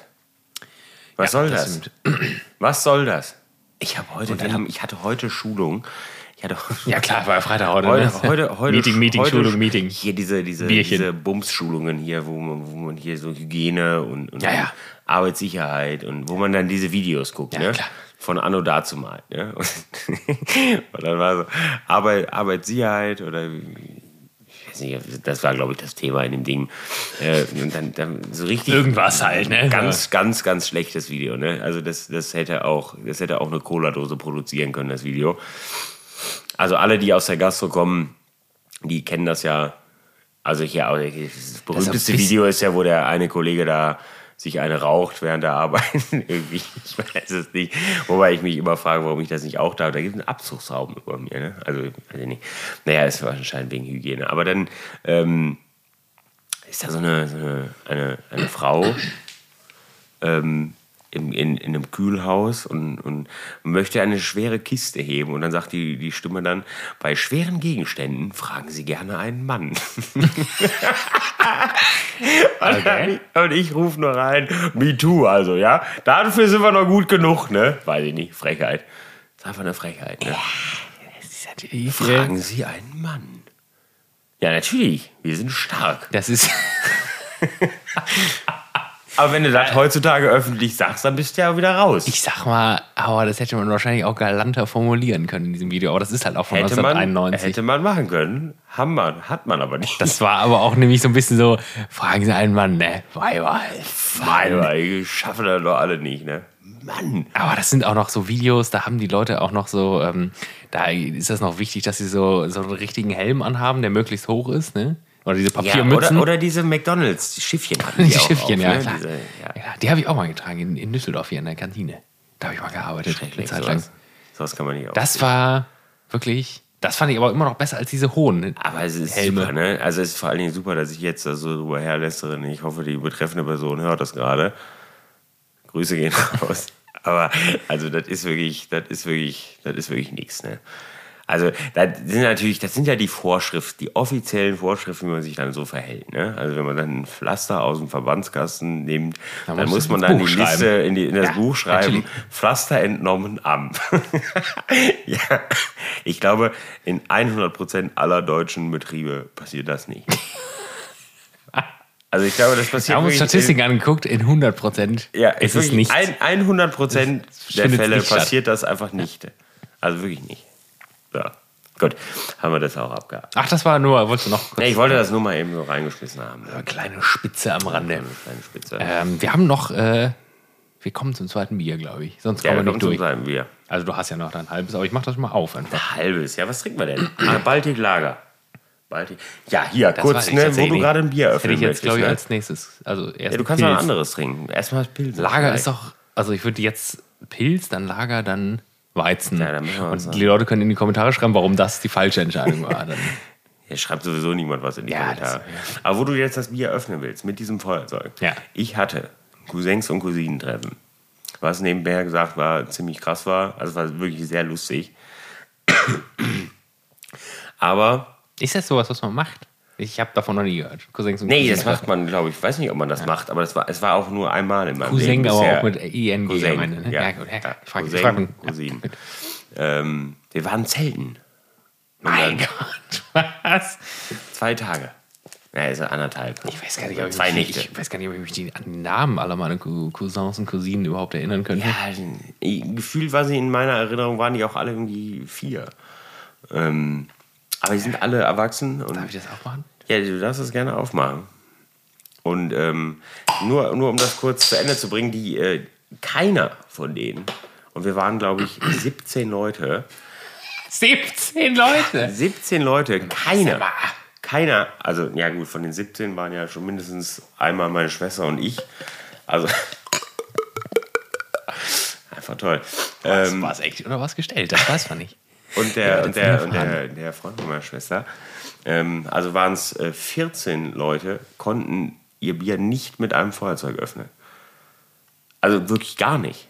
[SPEAKER 2] Was soll
[SPEAKER 1] das
[SPEAKER 2] das?
[SPEAKER 1] stimmt.
[SPEAKER 2] Was soll das? Ich habe heute, wir
[SPEAKER 1] dann-
[SPEAKER 2] haben, ich hatte heute Schulung. Ich hatte
[SPEAKER 1] Ja, klar, war ja Freitag heute.
[SPEAKER 2] Heute,
[SPEAKER 1] ne?
[SPEAKER 2] heute, heute,
[SPEAKER 1] Meeting, Meeting,
[SPEAKER 2] heute,
[SPEAKER 1] Schulung, Meeting.
[SPEAKER 2] Hier diese, diese,
[SPEAKER 1] Bierchen.
[SPEAKER 2] diese Bums-Schulungen hier, wo man, wo man hier so Hygiene und, und
[SPEAKER 1] Ja, ja.
[SPEAKER 2] Arbeitssicherheit und wo man dann diese Videos guckt,
[SPEAKER 1] Ja,
[SPEAKER 2] ne?
[SPEAKER 1] klar.
[SPEAKER 2] Von Anno dazu mal. Ne? [laughs] Und, und dann war so Arbeit, Arbeitssicherheit oder ich weiß nicht, das war, glaube ich, das Thema in dem Ding. Äh, und dann, dann so richtig.
[SPEAKER 1] Irgendwas halt, ne?
[SPEAKER 2] Ganz, ganz, ganz schlechtes Video, ne? Also das, das hätte auch, das hätte auch eine Cola-Dose produzieren können, das Video. Also alle, die aus der Gastro kommen, die kennen das ja. Also hier, auch- das berühmteste
[SPEAKER 1] bisschen-
[SPEAKER 2] Video ist ja, wo der eine Kollege da sich eine raucht während der Arbeit. [laughs] Irgendwie, ich weiß es nicht. Wobei ich mich immer frage, warum ich das nicht auch darf. Da gibt es einen Abzugsraum über mir. Ne? Also, weiß ich nicht. Naja, es war anscheinend wegen Hygiene. Aber dann ähm, ist da so eine, so eine, eine, eine Frau ähm, in, in, in einem Kühlhaus und, und möchte eine schwere Kiste heben. Und dann sagt die, die Stimme dann, bei schweren Gegenständen fragen Sie gerne einen Mann. [laughs]
[SPEAKER 1] Okay.
[SPEAKER 2] Und ich rufe nur rein, me too, also ja. Dafür sind wir noch gut genug, ne? Weiß ich nicht, Frechheit. ist einfach eine Frechheit, ne? Fragen Sie einen Mann. Ja, natürlich, wir sind stark.
[SPEAKER 1] Das ist. [laughs]
[SPEAKER 2] Aber wenn du das heutzutage öffentlich sagst, dann bist du ja wieder raus.
[SPEAKER 1] Ich sag mal, aber das hätte man wahrscheinlich auch galanter formulieren können in diesem Video. Aber das ist halt auch von
[SPEAKER 2] hätte, man,
[SPEAKER 1] 1991.
[SPEAKER 2] hätte man machen können, haben man, hat man aber nicht.
[SPEAKER 1] Das war aber auch nämlich so ein bisschen so: Fragen Sie einen Mann, ne? Weiber. Mann.
[SPEAKER 2] Mann, ich schaffe das doch alle nicht, ne? Mann.
[SPEAKER 1] Aber das sind auch noch so Videos, da haben die Leute auch noch so, ähm, da ist das noch wichtig, dass sie so, so einen richtigen Helm anhaben, der möglichst hoch ist, ne? Oder diese
[SPEAKER 2] Ja,
[SPEAKER 1] Papiermützen.
[SPEAKER 2] oder, oder diese McDonalds, die Schiffchen hatten
[SPEAKER 1] [laughs]
[SPEAKER 2] die,
[SPEAKER 1] Die
[SPEAKER 2] auch
[SPEAKER 1] Schiffchen,
[SPEAKER 2] auf,
[SPEAKER 1] ja,
[SPEAKER 2] ne?
[SPEAKER 1] klar.
[SPEAKER 2] Diese, ja.
[SPEAKER 1] ja. Die habe ich auch mal getragen in, in Düsseldorf hier in der Kantine. Da habe ich mal gearbeitet. Eine
[SPEAKER 2] Schrecklich,
[SPEAKER 1] Zeit lang.
[SPEAKER 2] sowas, sowas kann man nicht
[SPEAKER 1] Das war wirklich, das fand ich aber immer noch besser als diese hohen.
[SPEAKER 2] Aber es ist
[SPEAKER 1] Helme.
[SPEAKER 2] super, ne? Also es ist vor allen Dingen super, dass ich jetzt da so drüber herlässere. Ich hoffe, die betreffende Person hört das gerade. Grüße [laughs] gehen raus. Aber also das ist wirklich, das ist wirklich, das ist wirklich nichts, ne? Also, das sind natürlich, das sind ja die Vorschriften, die offiziellen Vorschriften, wie man sich dann so verhält. Ne? Also, wenn man dann ein Pflaster aus dem Verbandskasten nimmt,
[SPEAKER 1] Dann
[SPEAKER 2] dann
[SPEAKER 1] musst
[SPEAKER 2] muss
[SPEAKER 1] du
[SPEAKER 2] man
[SPEAKER 1] ins
[SPEAKER 2] dann
[SPEAKER 1] Buch
[SPEAKER 2] die
[SPEAKER 1] schreiben.
[SPEAKER 2] Liste äh, in, die, in das
[SPEAKER 1] Ja,
[SPEAKER 2] Buch schreiben.
[SPEAKER 1] natürlich.
[SPEAKER 2] Pflaster entnommen am. [laughs] ja, ich glaube, in 100% aller deutschen Betriebe passiert das nicht. Also, ich glaube, das
[SPEAKER 1] Wir
[SPEAKER 2] passiert
[SPEAKER 1] haben uns
[SPEAKER 2] wirklich
[SPEAKER 1] Statistiken angeguckt, in 100 Prozent
[SPEAKER 2] in, ja,
[SPEAKER 1] ist es
[SPEAKER 2] wirklich
[SPEAKER 1] nicht.
[SPEAKER 2] Ein, 100% der
[SPEAKER 1] findet
[SPEAKER 2] Fälle
[SPEAKER 1] nicht statt.
[SPEAKER 2] passiert das einfach nicht. Also wirklich nicht. Ja, gut, haben wir das auch abgehakt.
[SPEAKER 1] Ach, das war nur, wolltest du noch kurz
[SPEAKER 2] Nee, ich wollte das nur mal eben so reingeschmissen haben.
[SPEAKER 1] eine kleine Spitze am Rande.
[SPEAKER 2] Eine kleine Spitze.
[SPEAKER 1] Ähm, wir haben noch, äh, wir kommen zum zweiten Bier, glaube ich. Sonst
[SPEAKER 2] ja,
[SPEAKER 1] kommen
[SPEAKER 2] wir
[SPEAKER 1] wir
[SPEAKER 2] kommen
[SPEAKER 1] nicht
[SPEAKER 2] zum
[SPEAKER 1] durch.
[SPEAKER 2] zweiten Bier.
[SPEAKER 1] Also du hast ja noch dein halbes, aber ich mache das mal auf einfach.
[SPEAKER 2] Halbes. Ja, was trinken wir denn? [clears throat] Ah, Baltic Lager. Baltic. Ja, hier, kurz,
[SPEAKER 1] weiß ich
[SPEAKER 2] ne, wo
[SPEAKER 1] tatsächlich.
[SPEAKER 2] du gerade ein Bier
[SPEAKER 1] Hätte
[SPEAKER 2] öffnen
[SPEAKER 1] ich jetzt,
[SPEAKER 2] möchtest.
[SPEAKER 1] glaube ich,
[SPEAKER 2] Ne?
[SPEAKER 1] als nächstes. Also erst
[SPEAKER 2] Ja, du kannst noch ein anderes trinken. Erstmal das Pilz.
[SPEAKER 1] Lager ist doch, also ich würde jetzt Pilz, dann Lager, dann Weizen.
[SPEAKER 2] Ja, dann müssen wir uns
[SPEAKER 1] Und die Leute können in die Kommentare schreiben, warum das die falsche Entscheidung
[SPEAKER 2] [laughs]
[SPEAKER 1] war. Dann,
[SPEAKER 2] Hier schreibt sowieso niemand was in die
[SPEAKER 1] Ja,
[SPEAKER 2] Kommentare. Aber wo du jetzt das Bier öffnen willst, mit diesem Feuerzeug.
[SPEAKER 1] Ja.
[SPEAKER 2] Ich hatte Cousins und Cousinentreffen. Was nebenbei gesagt war, ziemlich krass war. Also war wirklich sehr lustig. [clears throat] Aber
[SPEAKER 1] ist das sowas, was man macht? Ich habe davon noch nie gehört. Cousins und
[SPEAKER 2] Nee,
[SPEAKER 1] Cousinen.
[SPEAKER 2] das macht man, glaube ich. Ich weiß nicht, ob man das macht, aber das war, es war auch nur einmal in meinem Leben.
[SPEAKER 1] Cousin, aber
[SPEAKER 2] bisher.
[SPEAKER 1] auch mit ING am Ende.
[SPEAKER 2] Cousin,
[SPEAKER 1] Ne?
[SPEAKER 2] ja.
[SPEAKER 1] gut,
[SPEAKER 2] ja,
[SPEAKER 1] ich frag, ich frag,
[SPEAKER 2] Cousin, Cousin. Ähm, wir waren zelten. Und
[SPEAKER 1] Mein
[SPEAKER 2] dann
[SPEAKER 1] Gott, [laughs] was?
[SPEAKER 2] Zwei Tage. Ja, also anderthalb.
[SPEAKER 1] Ich weiß gar nicht, ob ich,
[SPEAKER 2] Zwei
[SPEAKER 1] mich,
[SPEAKER 2] Nächte.
[SPEAKER 1] ich weiß gar nicht, ob ich mich die, an die Namen aller meiner Cou- Cousins und Cousinen überhaupt erinnern könnte.
[SPEAKER 2] Ja, ich- gefühlt war sie in meiner Erinnerung, waren die auch alle irgendwie vier. Ähm, aber die sind alle erwachsen und
[SPEAKER 1] Darf ich das auch machen?
[SPEAKER 2] Ja, du darfst es gerne aufmachen. Und ähm, nur, nur um das kurz zu Ende zu bringen, die äh, keiner von denen, und wir waren, glaube ich, 17 Leute,
[SPEAKER 1] 17 Leute!
[SPEAKER 2] 17 Leute, keiner,
[SPEAKER 1] aber-
[SPEAKER 2] keiner, also ja gut, von den 17 waren ja schon mindestens einmal meine Schwester und ich. Also [laughs] einfach toll.
[SPEAKER 1] Ähm, war es echt oder war es gestellt? Das weiß man nicht.
[SPEAKER 2] Und der,
[SPEAKER 1] das
[SPEAKER 2] und
[SPEAKER 1] sind
[SPEAKER 2] der,
[SPEAKER 1] ja
[SPEAKER 2] und der, der Freund von meiner Schwester. Ähm, also waren es äh, 14 Leute, konnten ihr Bier nicht mit einem Feuerzeug öffnen. Also wirklich gar nicht.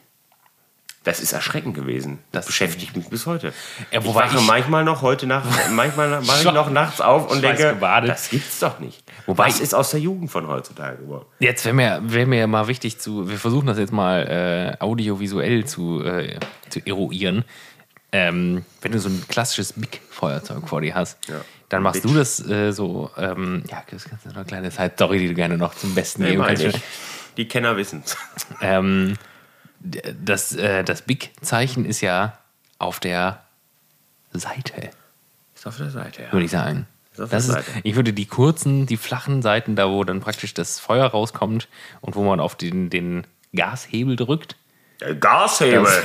[SPEAKER 2] Das ist erschreckend gewesen. Das beschäftigt mich bis heute.
[SPEAKER 1] Ja,
[SPEAKER 2] ich
[SPEAKER 1] wobei
[SPEAKER 2] wache
[SPEAKER 1] ich-
[SPEAKER 2] manchmal noch heute Nacht, [laughs] manchmal na- wache ich noch nachts auf und denke,
[SPEAKER 1] Schweißgebadet.
[SPEAKER 2] das gibt's doch nicht.
[SPEAKER 1] Wobei-
[SPEAKER 2] Wobei das ist aus der Jugend von heutzutage geworden.
[SPEAKER 1] Jetzt wäre mir, wär mir mal wichtig zu, wir versuchen das jetzt mal äh, audiovisuell zu, äh, zu eruieren. Ähm, wenn du so ein klassisches Big-Feuerzeug vor dir hast,
[SPEAKER 2] Ja.
[SPEAKER 1] dann machst
[SPEAKER 2] Bitch.
[SPEAKER 1] du das äh, so, ähm, ja, das kannst du noch eine kleine Side-Story, die du gerne noch zum Besten
[SPEAKER 2] Nee,
[SPEAKER 1] geben
[SPEAKER 2] meine
[SPEAKER 1] kannst.
[SPEAKER 2] ich. Die Kenner wissen's.
[SPEAKER 1] Ähm, d- das, äh, das Big-Zeichen ist ja auf der Seite,
[SPEAKER 2] Ist auf der Seite, ja.
[SPEAKER 1] würde ich sagen.
[SPEAKER 2] Ist auf der
[SPEAKER 1] Das ist,
[SPEAKER 2] Seite.
[SPEAKER 1] ich würde die kurzen, die flachen Seiten, da wo dann praktisch das Feuer rauskommt und wo man auf den, den Gashebel drückt,
[SPEAKER 2] Der Gashebel.
[SPEAKER 1] Das-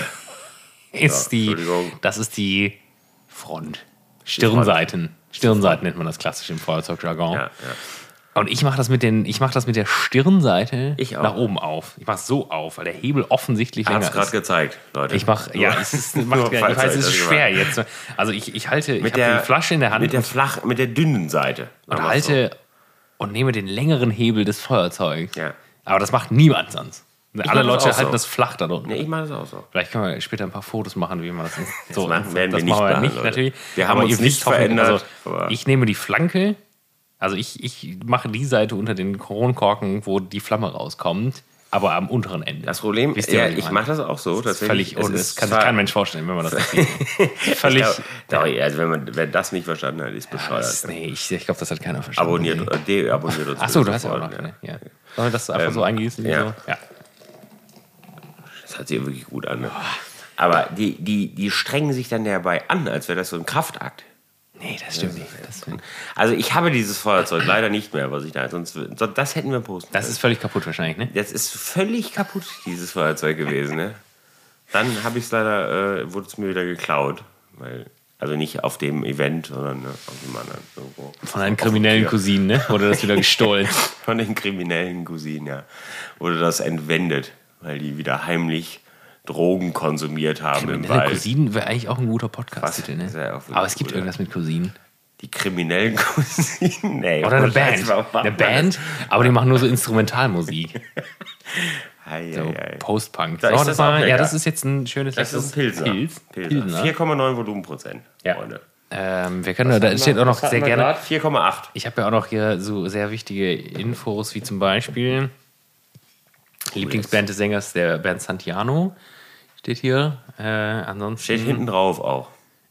[SPEAKER 1] ist die,
[SPEAKER 2] Entschuldigung.
[SPEAKER 1] das ist die Front. Stirnseiten. Stirnseiten nennt man das klassisch im Feuerzeugjargon.
[SPEAKER 2] Ja, ja.
[SPEAKER 1] Und ich mache das mit den, ich mache das mit der Stirnseite
[SPEAKER 2] Ich auch.
[SPEAKER 1] nach oben auf. Ich mache es so auf, weil der Hebel offensichtlich länger
[SPEAKER 2] Hab's gerade
[SPEAKER 1] ist.
[SPEAKER 2] gezeigt, Leute.
[SPEAKER 1] Ich mache, ja,
[SPEAKER 2] [laughs] Nur-
[SPEAKER 1] es ist,
[SPEAKER 2] nur
[SPEAKER 1] macht, ich
[SPEAKER 2] [laughs] falls
[SPEAKER 1] weiß,
[SPEAKER 2] euch
[SPEAKER 1] es ist
[SPEAKER 2] das
[SPEAKER 1] schwer
[SPEAKER 2] überrascht.
[SPEAKER 1] jetzt. Also ich, ich halte, ich
[SPEAKER 2] Mit
[SPEAKER 1] habe
[SPEAKER 2] der
[SPEAKER 1] die Flasche in der Hand
[SPEAKER 2] Mit der flach, mit der dünnen Seite.
[SPEAKER 1] und
[SPEAKER 2] Aber
[SPEAKER 1] halte und nehme den längeren Hebel des Feuerzeugs.
[SPEAKER 2] Ja.
[SPEAKER 1] Aber das macht niemand sonst. Alle
[SPEAKER 2] das
[SPEAKER 1] Leute
[SPEAKER 2] auch
[SPEAKER 1] halten
[SPEAKER 2] so.
[SPEAKER 1] das flach da unten.
[SPEAKER 2] So. Nee, ich mache das auch so.
[SPEAKER 1] Vielleicht können wir später ein paar Fotos machen, wie man das so
[SPEAKER 2] machen- werden
[SPEAKER 1] das
[SPEAKER 2] wir nicht
[SPEAKER 1] machen
[SPEAKER 2] machen, Leute.
[SPEAKER 1] natürlich.
[SPEAKER 2] Wir haben uns
[SPEAKER 1] ihr wisst
[SPEAKER 2] nicht
[SPEAKER 1] hoffentlich-
[SPEAKER 2] verändert,
[SPEAKER 1] Also,
[SPEAKER 2] aber-
[SPEAKER 1] ich nehme die Flanke, also ich, ich mache die Seite unter den Kronkorken, wo die Flamme rauskommt, aber am unteren Ende.
[SPEAKER 2] Das Problem,
[SPEAKER 1] Wisst ihr,
[SPEAKER 2] ja,
[SPEAKER 1] was ich
[SPEAKER 2] ich
[SPEAKER 1] meine?
[SPEAKER 2] mache das auch so.
[SPEAKER 1] ist
[SPEAKER 2] tatsächlich.
[SPEAKER 1] völlig
[SPEAKER 2] Es
[SPEAKER 1] ohne. Das
[SPEAKER 2] ist
[SPEAKER 1] kann sich
[SPEAKER 2] zwar-
[SPEAKER 1] kein Mensch vorstellen, wenn man das
[SPEAKER 2] [laughs]
[SPEAKER 1] nicht sieht.
[SPEAKER 2] Ich
[SPEAKER 1] Völlig.
[SPEAKER 2] glaub- Sorry, also wenn man wenn das nicht verstanden hat, ist bescheuert.
[SPEAKER 1] Das, nee, ich, ich glaube, das hat keiner verstanden.
[SPEAKER 2] abonniert, äh, deabonniert uns.
[SPEAKER 1] Achso, du
[SPEAKER 2] bitte
[SPEAKER 1] hast ja auch noch.
[SPEAKER 2] sofort,
[SPEAKER 1] Ne? Ja. Sollen wir das einfach so eingießen?
[SPEAKER 2] Ähm, ja.
[SPEAKER 1] So? ja.
[SPEAKER 2] Das hat sich wirklich gut an. Ne? Aber die, die, die strengen sich dann dabei an, als wäre das so ein Kraftakt.
[SPEAKER 1] Nee, das stimmt nicht. Das,
[SPEAKER 2] Also ich habe dieses Feuerzeug [laughs] leider nicht mehr, was ich da sonst, sonst das hätten wir posten.
[SPEAKER 1] das ist völlig kaputt wahrscheinlich, ne?
[SPEAKER 2] Das ist völlig kaputt, dieses Feuerzeug gewesen, ne? Dann habe ich es leider, äh, wurde es mir wieder geklaut. Weil, also nicht auf dem Event, sondern ne, auf dem anderen. Irgendwo.
[SPEAKER 1] Von einem kriminellen Cousinen, ne? Wurde das wieder gestohlen.
[SPEAKER 2] [laughs] Von den kriminellen Cousinen, ja. Wurde das entwendet, weil die wieder heimlich Drogen konsumiert haben im
[SPEAKER 1] Kriminelle
[SPEAKER 2] Wald.
[SPEAKER 1] Cousinen wäre eigentlich auch ein guter Podcast-Titel, ne?
[SPEAKER 2] Was? Wäre auch wirklich
[SPEAKER 1] Aber es gibt
[SPEAKER 2] gut,
[SPEAKER 1] irgendwas mit Cousinen.
[SPEAKER 2] Die kriminellen [laughs] Cousinen, nee.
[SPEAKER 1] Oder eine
[SPEAKER 2] [laughs] ohne Scheiß,
[SPEAKER 1] Band.
[SPEAKER 2] warum macht
[SPEAKER 1] Eine
[SPEAKER 2] man das?
[SPEAKER 1] Band, aber die machen nur so Instrumentalmusik.
[SPEAKER 2] [laughs] Ei,
[SPEAKER 1] So,
[SPEAKER 2] ei, ei.
[SPEAKER 1] Post-Punk.
[SPEAKER 2] Da
[SPEAKER 1] so,
[SPEAKER 2] ist
[SPEAKER 1] das
[SPEAKER 2] das auch
[SPEAKER 1] war, ja,
[SPEAKER 2] lecker.
[SPEAKER 1] das ist jetzt ein schönes
[SPEAKER 2] Das ist ein Pilsner.
[SPEAKER 1] Pilz.
[SPEAKER 2] Pilsner.
[SPEAKER 1] Pilsner.
[SPEAKER 2] 4,9 Volumenprozent,
[SPEAKER 1] Ja.
[SPEAKER 2] Freunde.
[SPEAKER 1] Ähm, wir können, da steht auch noch
[SPEAKER 2] Was hatten
[SPEAKER 1] sehr
[SPEAKER 2] wir
[SPEAKER 1] gerne.
[SPEAKER 2] grad? 4,8.
[SPEAKER 1] Ich habe ja auch noch hier so sehr wichtige Infos, wie zum Beispiel Lieblingsband des Sängers, der Bernd Santiano, steht hier. Äh, ansonsten,
[SPEAKER 2] Steht hinten drauf auch.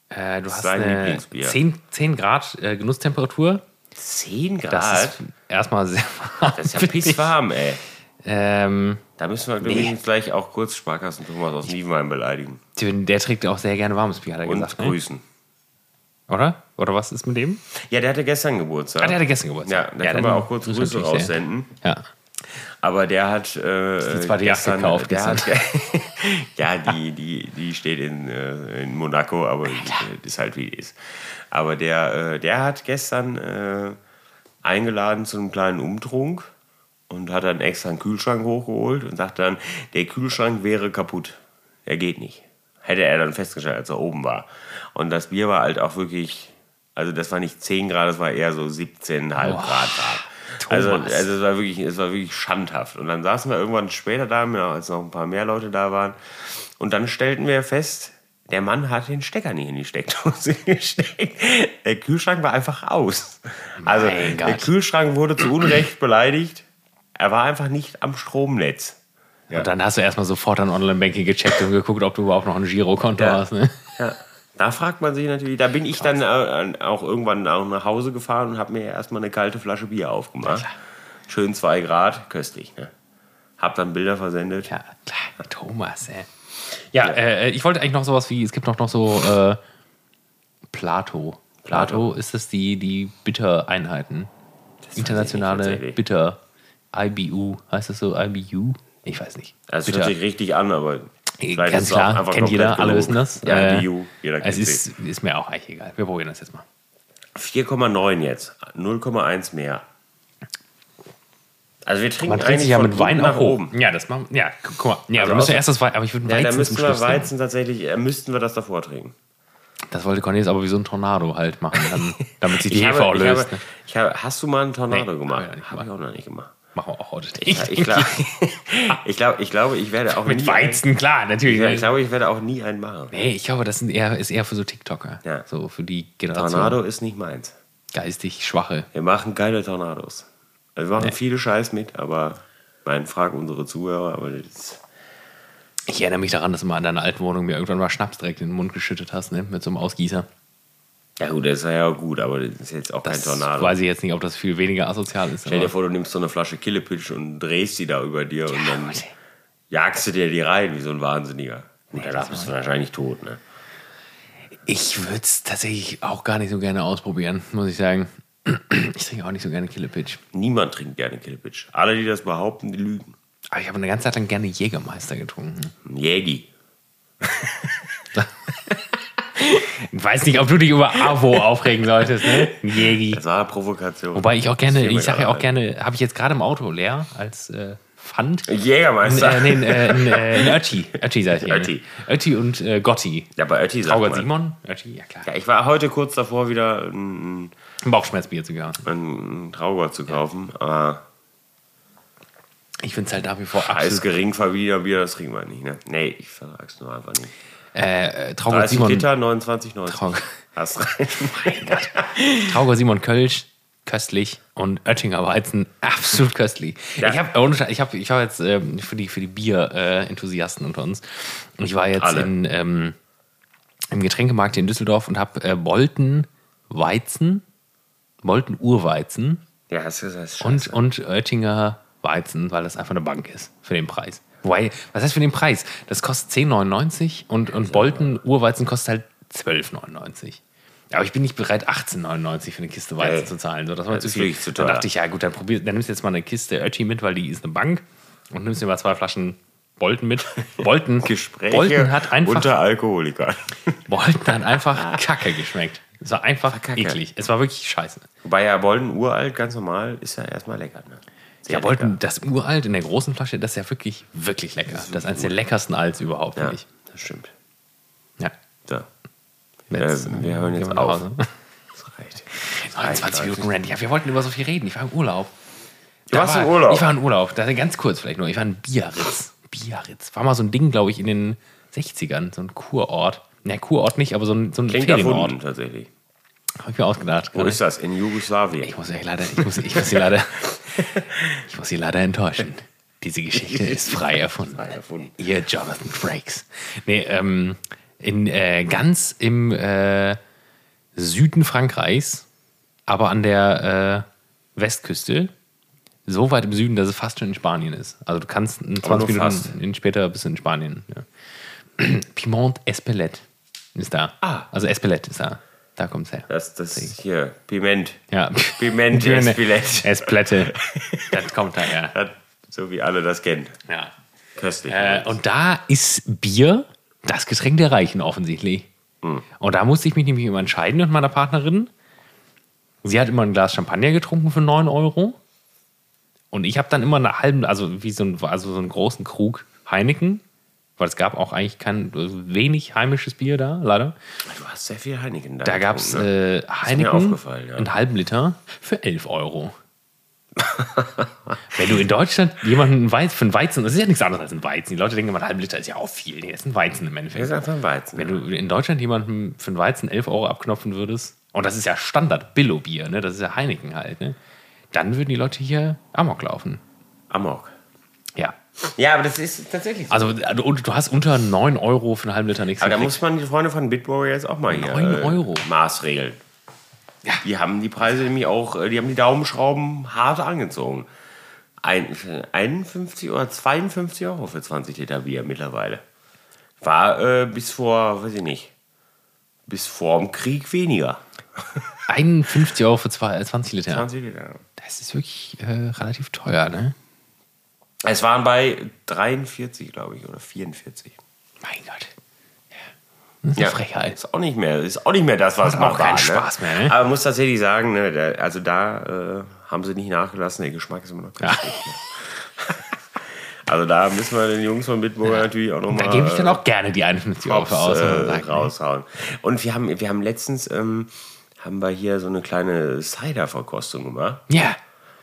[SPEAKER 1] äh, du hast
[SPEAKER 2] sein
[SPEAKER 1] eine
[SPEAKER 2] Lieblingsbier.
[SPEAKER 1] 10, 10 Grad äh, Genusstemperatur.
[SPEAKER 2] 10 Grad?
[SPEAKER 1] Das ist erstmal sehr warm. [laughs]
[SPEAKER 2] Das ist ja pisswarm, ey.
[SPEAKER 1] ähm,
[SPEAKER 2] Da müssen wir
[SPEAKER 1] Nee.
[SPEAKER 2] übrigens gleich auch kurz Sparkassen Thomas aus Nievenheim beleidigen.
[SPEAKER 1] Der trägt auch sehr gerne warmes Bier, hat er
[SPEAKER 2] Und
[SPEAKER 1] gesagt. Ne?
[SPEAKER 2] grüßen.
[SPEAKER 1] Oder? Oder was ist mit dem?
[SPEAKER 2] Ja, der hatte gestern Geburtstag.
[SPEAKER 1] Ah, der hatte gestern Geburtstag.
[SPEAKER 2] ja, da können wir auch kurz Grüße
[SPEAKER 1] natürlich sehr.
[SPEAKER 2] raussenden.
[SPEAKER 1] Ja.
[SPEAKER 2] Aber der hat. Äh,
[SPEAKER 1] die
[SPEAKER 2] das
[SPEAKER 1] zweite Yacht gekauft
[SPEAKER 2] Der hat, [laughs] ja, die, die, die steht in, äh, in Monaco, aber die- ist halt wie die ist. Aber der, äh, der hat gestern äh, eingeladen zu einem kleinen Umtrunk und hat dann extra einen Kühlschrank hochgeholt und sagt dann, der Kühlschrank wäre kaputt. Er geht nicht. Hätte er dann festgestellt, als er oben war. Und das Bier war halt auch wirklich, also das war nicht 10 Grad, das war eher so 17,5 Grad. Grad. Also,
[SPEAKER 1] Thomas.
[SPEAKER 2] also es war wirklich, es war wirklich schandhaft. Und dann saßen wir irgendwann später da, ja, als noch ein paar mehr Leute da waren. Und dann stellten wir fest, der Mann hat den Stecker nicht in die Steckdose [laughs] gesteckt. Der Kühlschrank war einfach aus. Also
[SPEAKER 1] Mein
[SPEAKER 2] der
[SPEAKER 1] Gott.
[SPEAKER 2] Kühlschrank wurde zu Unrecht [clears throat] beleidigt. Er war einfach nicht am Stromnetz.
[SPEAKER 1] Und dann hast du erstmal sofort an Online-Banking gecheckt und geguckt, ob du überhaupt noch ein Girokonto
[SPEAKER 2] Ja.
[SPEAKER 1] hast. Ne?
[SPEAKER 2] Ja. Da fragt man sich natürlich, da bin ich dann äh, auch irgendwann auch nach Hause gefahren und habe mir erstmal eine kalte Flasche Bier aufgemacht. Schön zwei Grad, köstlich. Ne? Hab dann Bilder versendet.
[SPEAKER 1] Ja, klar, Thomas, ey. Ja, Äh, ich wollte eigentlich noch sowas wie, es gibt noch, noch so äh, Plato. Plato, ist das die, die Bitter-Einheiten? Internationale
[SPEAKER 2] tatsächlich.
[SPEAKER 1] Bitter. IBU, heißt das so? IBU? Ich weiß nicht.
[SPEAKER 2] Also
[SPEAKER 1] Bitter.
[SPEAKER 2] hört sich richtig an, aber vielleicht
[SPEAKER 1] Äh, Ganz
[SPEAKER 2] ist es auch
[SPEAKER 1] klar,
[SPEAKER 2] einfach
[SPEAKER 1] kennt
[SPEAKER 2] komplett
[SPEAKER 1] jeder, alle
[SPEAKER 2] gelogen.
[SPEAKER 1] wissen das.
[SPEAKER 2] Ja,
[SPEAKER 1] Äh,
[SPEAKER 2] die EU, jeder kennt
[SPEAKER 1] es
[SPEAKER 2] sie.
[SPEAKER 1] ist, ist mir auch eigentlich egal. Wir probieren das jetzt mal.
[SPEAKER 2] 4,9 jetzt. 0,1 mehr. Also wir trinken
[SPEAKER 1] Man trinkt
[SPEAKER 2] eigentlich
[SPEAKER 1] sich ja
[SPEAKER 2] von
[SPEAKER 1] mit Wein
[SPEAKER 2] unten nach
[SPEAKER 1] auch
[SPEAKER 2] oben.
[SPEAKER 1] oben. Ja, das machen Ja, gu- guck mal. Ja,
[SPEAKER 2] Also
[SPEAKER 1] wir müssen
[SPEAKER 2] außer-
[SPEAKER 1] erst das Wein, aber ich würde
[SPEAKER 2] Ja,
[SPEAKER 1] Weizen
[SPEAKER 2] da
[SPEAKER 1] zum
[SPEAKER 2] müssten wir
[SPEAKER 1] Schluss ne? nehmen.
[SPEAKER 2] Weizen tatsächlich, äh, müssten wir das davor trinken.
[SPEAKER 1] Das wollte Cornelius aber wie so ein Tornado halt machen,
[SPEAKER 2] [laughs]
[SPEAKER 1] dann, damit sich die
[SPEAKER 2] Ich
[SPEAKER 1] Hefe auch
[SPEAKER 2] habe, ich
[SPEAKER 1] löst. ne?
[SPEAKER 2] habe, ich habe, hast du mal einen Tornado
[SPEAKER 1] Nee, hab
[SPEAKER 2] gemacht?
[SPEAKER 1] ich noch nicht
[SPEAKER 2] Habe ich auch noch nicht gemacht.
[SPEAKER 1] Machen wir auch heute
[SPEAKER 2] Ja,
[SPEAKER 1] nicht.
[SPEAKER 2] ich, glaub,
[SPEAKER 1] [laughs]
[SPEAKER 2] ich, glaub, ich glaube, ich werde auch nie
[SPEAKER 1] Mit Weizen, klar, natürlich.
[SPEAKER 2] Einen, ich glaube, ich werde auch nie einen machen.
[SPEAKER 1] nee, ich glaube, das sind eher, ist eher für so TikToker.
[SPEAKER 2] Ja.
[SPEAKER 1] So für die Generation
[SPEAKER 2] Tornado ist nicht meins.
[SPEAKER 1] geistig Schwache.
[SPEAKER 2] Wir machen geile Tornados. Also wir machen viele Scheiß mit, aber mein frag unsere Zuhörer, aber das ist,
[SPEAKER 1] Ich erinnere mich daran, dass du mal in deiner alten Wohnung mir irgendwann mal Schnaps direkt in den Mund geschüttet hast, ne? mit so einem Ausgießer.
[SPEAKER 2] ja gut, das ist ja gut, aber das ist jetzt auch
[SPEAKER 1] Das
[SPEAKER 2] kein Tornado.
[SPEAKER 1] weiß ich jetzt nicht, ob das viel weniger asozial ist.
[SPEAKER 2] Stell dir
[SPEAKER 1] aber-
[SPEAKER 2] vor, du nimmst so eine Flasche Killepitch und drehst die da über dir und dann jagst du dir die rein, wie so ein Wahnsinniger. Gut, danach bist du wahrscheinlich tot, ne?
[SPEAKER 1] Ich würde es tatsächlich auch gar nicht so gerne ausprobieren, muss ich sagen. [clears throat] Ich trinke auch nicht so gerne Killepitch.
[SPEAKER 2] Niemand trinkt gerne Killepitch. Alle, die das behaupten, die lügen.
[SPEAKER 1] Aber ich habe eine ganze Zeit lang gerne Jägermeister getrunken.
[SPEAKER 2] Ein Jägi.
[SPEAKER 1] Ich weiß nicht, ob du dich über [laughs] Avo aufregen solltest, ne? Jägi.
[SPEAKER 2] Das war eine Provokation.
[SPEAKER 1] Wobei ich auch gerne,
[SPEAKER 2] Das fiel mir
[SPEAKER 1] ich sage ja
[SPEAKER 2] gerade
[SPEAKER 1] auch gerne, habe ich jetzt gerade im Auto leer als äh, [laughs] Pfand.
[SPEAKER 2] ein. Jägermeister.
[SPEAKER 1] Äh, nee, ein, äh, ein, äh, ein [laughs] Ötti. Ötti sag ich ja.
[SPEAKER 2] Ötti.
[SPEAKER 1] Ötti. Ötti ne? und äh, Gotti.
[SPEAKER 2] [laughs] ja, bei Ötti sagt
[SPEAKER 1] Traugert
[SPEAKER 2] man.
[SPEAKER 1] Simon? Ötti, ja klar.
[SPEAKER 2] Ja, ich war heute kurz davor, wieder ein,
[SPEAKER 1] Ein Bauchschmerzbier sogar.
[SPEAKER 2] ein Traugott zu kaufen, aber
[SPEAKER 1] Ich finde es halt nach wie vor
[SPEAKER 2] Eis
[SPEAKER 1] absolut.
[SPEAKER 2] gering verwieder Bier, das trinken wir nicht, ne? Nee, ich vertrag's nur einfach nicht.
[SPEAKER 1] Äh, äh, Traugott
[SPEAKER 2] 30
[SPEAKER 1] Simon,
[SPEAKER 2] Liter, 29,90.
[SPEAKER 1] Traug-
[SPEAKER 2] Hast rein. [laughs]
[SPEAKER 1] Traugott Simon Kölsch, köstlich. Und Oettinger Weizen, absolut köstlich.
[SPEAKER 2] Ja.
[SPEAKER 1] Ich habe ich hab, ich hab jetzt ähm, für die, für die Bier-Enthusiasten unter uns, ich war jetzt
[SPEAKER 2] Alle.
[SPEAKER 1] in, ähm, im Getränkemarkt hier in Düsseldorf und habe äh, Bolten Weizen, Bolten Urweizen
[SPEAKER 2] Ja, hast du gesagt,
[SPEAKER 1] Und, und Oettinger Weizen, weil das einfach eine Bank ist für den Preis. Wobei, was heißt für den Preis? Das kostet 10,99 und, und Bolten Urweizen kostet halt 12,99. Aber ich bin nicht bereit, 18,99 für eine Kiste Weizen
[SPEAKER 2] Ey,
[SPEAKER 1] zu zahlen. So, das war zu
[SPEAKER 2] ist
[SPEAKER 1] viel.
[SPEAKER 2] wirklich zu
[SPEAKER 1] dann
[SPEAKER 2] teuer.
[SPEAKER 1] dachte ich, ja gut, dann, probier, dann nimmst du jetzt mal eine Kiste Ötti mit, weil die ist eine Bank. Und nimmst dir mal zwei Flaschen Bolten mit. Bolten,
[SPEAKER 2] Gespräche
[SPEAKER 1] Bolten hat einfach,
[SPEAKER 2] unter Alkoholikern.
[SPEAKER 1] Bolten hat einfach Kacke geschmeckt. Es war einfach
[SPEAKER 2] Kacke.
[SPEAKER 1] eklig. Es war wirklich scheiße.
[SPEAKER 2] [laughs] Wobei ja Bolden uralt, ganz normal, ist ja erstmal lecker, ne? Sehr
[SPEAKER 1] Ja, wollten das uralt in der großen Flasche, das ist ja wirklich, wirklich lecker. Das ist eines der leckersten Alts überhaupt,
[SPEAKER 2] lecker.
[SPEAKER 1] finde
[SPEAKER 2] Ja,
[SPEAKER 1] ich.
[SPEAKER 2] das stimmt.
[SPEAKER 1] Ja.
[SPEAKER 2] So,
[SPEAKER 1] Jetzt,
[SPEAKER 2] Ähm, wir hören
[SPEAKER 1] gehen
[SPEAKER 2] jetzt
[SPEAKER 1] nach [laughs]
[SPEAKER 2] auf.
[SPEAKER 1] Hause.
[SPEAKER 2] das reicht.
[SPEAKER 1] 20 Minuten Rand. Ja, wir wollten über so viel reden. Ich war im Urlaub.
[SPEAKER 2] Du
[SPEAKER 1] Da
[SPEAKER 2] warst
[SPEAKER 1] war,
[SPEAKER 2] im Urlaub.
[SPEAKER 1] Ich war in Urlaub. Da, ganz kurz vielleicht nur. Ich war in Biarritz. Biarritz. War mal so ein Ding, glaube ich, in den 60ern. So ein Kurort. Na, Kurort nicht, aber so ein, so ein
[SPEAKER 2] Klingt
[SPEAKER 1] Ferienort.
[SPEAKER 2] erfunden, tatsächlich.
[SPEAKER 1] Habe ich mir ausgedacht.
[SPEAKER 2] Wo ist das? In Jugoslawien.
[SPEAKER 1] Ich muss euch leider, ich muss, ich muss sie leider, [laughs] ich muss sie leider enttäuschen. Diese Geschichte ist frei erfunden.
[SPEAKER 2] Frei erfunden.
[SPEAKER 1] Ihr Jonathan Frakes. Nee, ähm, in, äh, ganz im äh, Süden Frankreichs, aber an der äh, Westküste, so weit im Süden, dass es fast schon in Spanien ist. Also du kannst in 20 Minuten
[SPEAKER 2] fast.
[SPEAKER 1] in, später bist du in Spanien. Ja. [clears throat] Piemont Espelette ist da.
[SPEAKER 2] Ah.
[SPEAKER 1] Also Espelette ist da. Da kommt's her.
[SPEAKER 2] Das, das hier, Piment.
[SPEAKER 1] Ja. [laughs]
[SPEAKER 2] Piment,
[SPEAKER 1] Birne.
[SPEAKER 2] Espelette. [laughs]
[SPEAKER 1] Espelette. Das kommt daher.
[SPEAKER 2] Das, so wie alle das kennen.
[SPEAKER 1] Ja.
[SPEAKER 2] Köstlich.
[SPEAKER 1] Äh, und da ist Bier das Getränk der Reichen offensichtlich. Und da musste ich mich nämlich immer entscheiden mit meiner Partnerin. Sie hat immer ein Glas Champagner getrunken für 9 Euro. Und ich habe dann immer einen halben, also wie so, ein, also so einen großen Krug Heineken, weil es gab auch eigentlich kein also wenig heimisches Bier da, leider.
[SPEAKER 2] du hast sehr viel Heineken da.
[SPEAKER 1] Da gab es
[SPEAKER 2] getrunken, ne?
[SPEAKER 1] äh, Heineken,
[SPEAKER 2] aufgefallen, ja.
[SPEAKER 1] einen halben Liter für 11
[SPEAKER 2] [laughs]
[SPEAKER 1] Euro. Wenn du in Deutschland jemanden Weiz, für einen Weizen, das ist ja nichts anderes als ein Weizen. Die Leute denken immer, ein halben Liter ist ja auch viel. Nee, das ist ein Weizen im
[SPEAKER 2] Das ist
[SPEAKER 1] Endeffekt.
[SPEAKER 2] einfach ein Weizen. ne?
[SPEAKER 1] Wenn du in Deutschland jemandem für einen Weizen 11 Euro abknopfen würdest, und das ist ja Standard Billo-Bier, ne? das ist ja Heineken halt, ne? dann würden die Leute hier Amok laufen.
[SPEAKER 2] Amok.
[SPEAKER 1] Ja.
[SPEAKER 2] Ja, aber das ist tatsächlich so.
[SPEAKER 1] Also, also, und du hast unter 9 Euro für einen halben Liter nichts
[SPEAKER 2] Aber da
[SPEAKER 1] gekriegt.
[SPEAKER 2] muss man die Freunde von Bitwarrior jetzt auch mal hier. äh,
[SPEAKER 1] Neun Euro.
[SPEAKER 2] Maßregeln.
[SPEAKER 1] Ja.
[SPEAKER 2] Die haben die Preise nämlich auch, äh, die haben die Daumenschrauben hart angezogen. Ein, 51 oder 52 Euro für 20 Liter Bier mittlerweile. War äh, bis vor, weiß ich nicht, bis vor dem Krieg weniger.
[SPEAKER 1] 51 Euro für zwei- 20 Liter.
[SPEAKER 2] 20 Liter.
[SPEAKER 1] Das ist wirklich äh, relativ teuer, ne?
[SPEAKER 2] Es waren bei 43, glaube ich, oder 44.
[SPEAKER 1] Mein Gott. Ja. Das ist eine Frechheit.
[SPEAKER 2] Ist auch nicht mehr, ist auch nicht mehr das, was
[SPEAKER 1] Macht
[SPEAKER 2] mal
[SPEAKER 1] auch
[SPEAKER 2] war,
[SPEAKER 1] keinen
[SPEAKER 2] ne?
[SPEAKER 1] Spaß mehr, ne?
[SPEAKER 2] Aber man muss tatsächlich sagen, ne, da, also da äh, haben sie nicht nachgelassen. Der Geschmack ist immer noch ganz schlecht, ne? [laughs] Also da müssen wir den Jungs von Bitburger natürlich auch nochmal.
[SPEAKER 1] Da gebe ich dann auch gerne die 51 Euro
[SPEAKER 2] Props,
[SPEAKER 1] für aus. wenn man
[SPEAKER 2] äh,
[SPEAKER 1] sagt, ne?
[SPEAKER 2] raushauen. Und wir haben, wir haben letztens ähm, haben wir hier so eine kleine Cider-Verkostung gemacht.
[SPEAKER 1] Ja.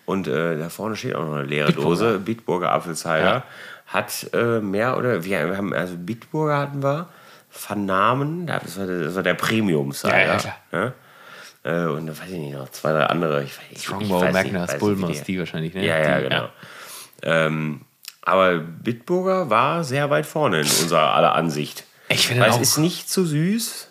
[SPEAKER 2] Und äh, da vorne steht auch noch eine leere Dose. Bitburger Apfelcider.
[SPEAKER 1] Ja.
[SPEAKER 2] Hat äh, mehr oder wir, wir haben, also Bitburger hatten wir, Vernamen, das war, das war der Premium-Cider.
[SPEAKER 1] Ja, ja, klar.
[SPEAKER 2] ne? Äh, und da weiß ich nicht, noch zwei, drei andere. Ich weiß, ich, ich
[SPEAKER 1] Strongbow,
[SPEAKER 2] weiß
[SPEAKER 1] Magnus,
[SPEAKER 2] weiß wie
[SPEAKER 1] Bulmers, die wahrscheinlich, ne?
[SPEAKER 2] Ja, ja,
[SPEAKER 1] die,
[SPEAKER 2] genau. Ähm, aber Bitburger war sehr weit vorne in unserer aller Ansicht.
[SPEAKER 1] Ich finde
[SPEAKER 2] Weil es
[SPEAKER 1] auch-
[SPEAKER 2] ist nicht zu süß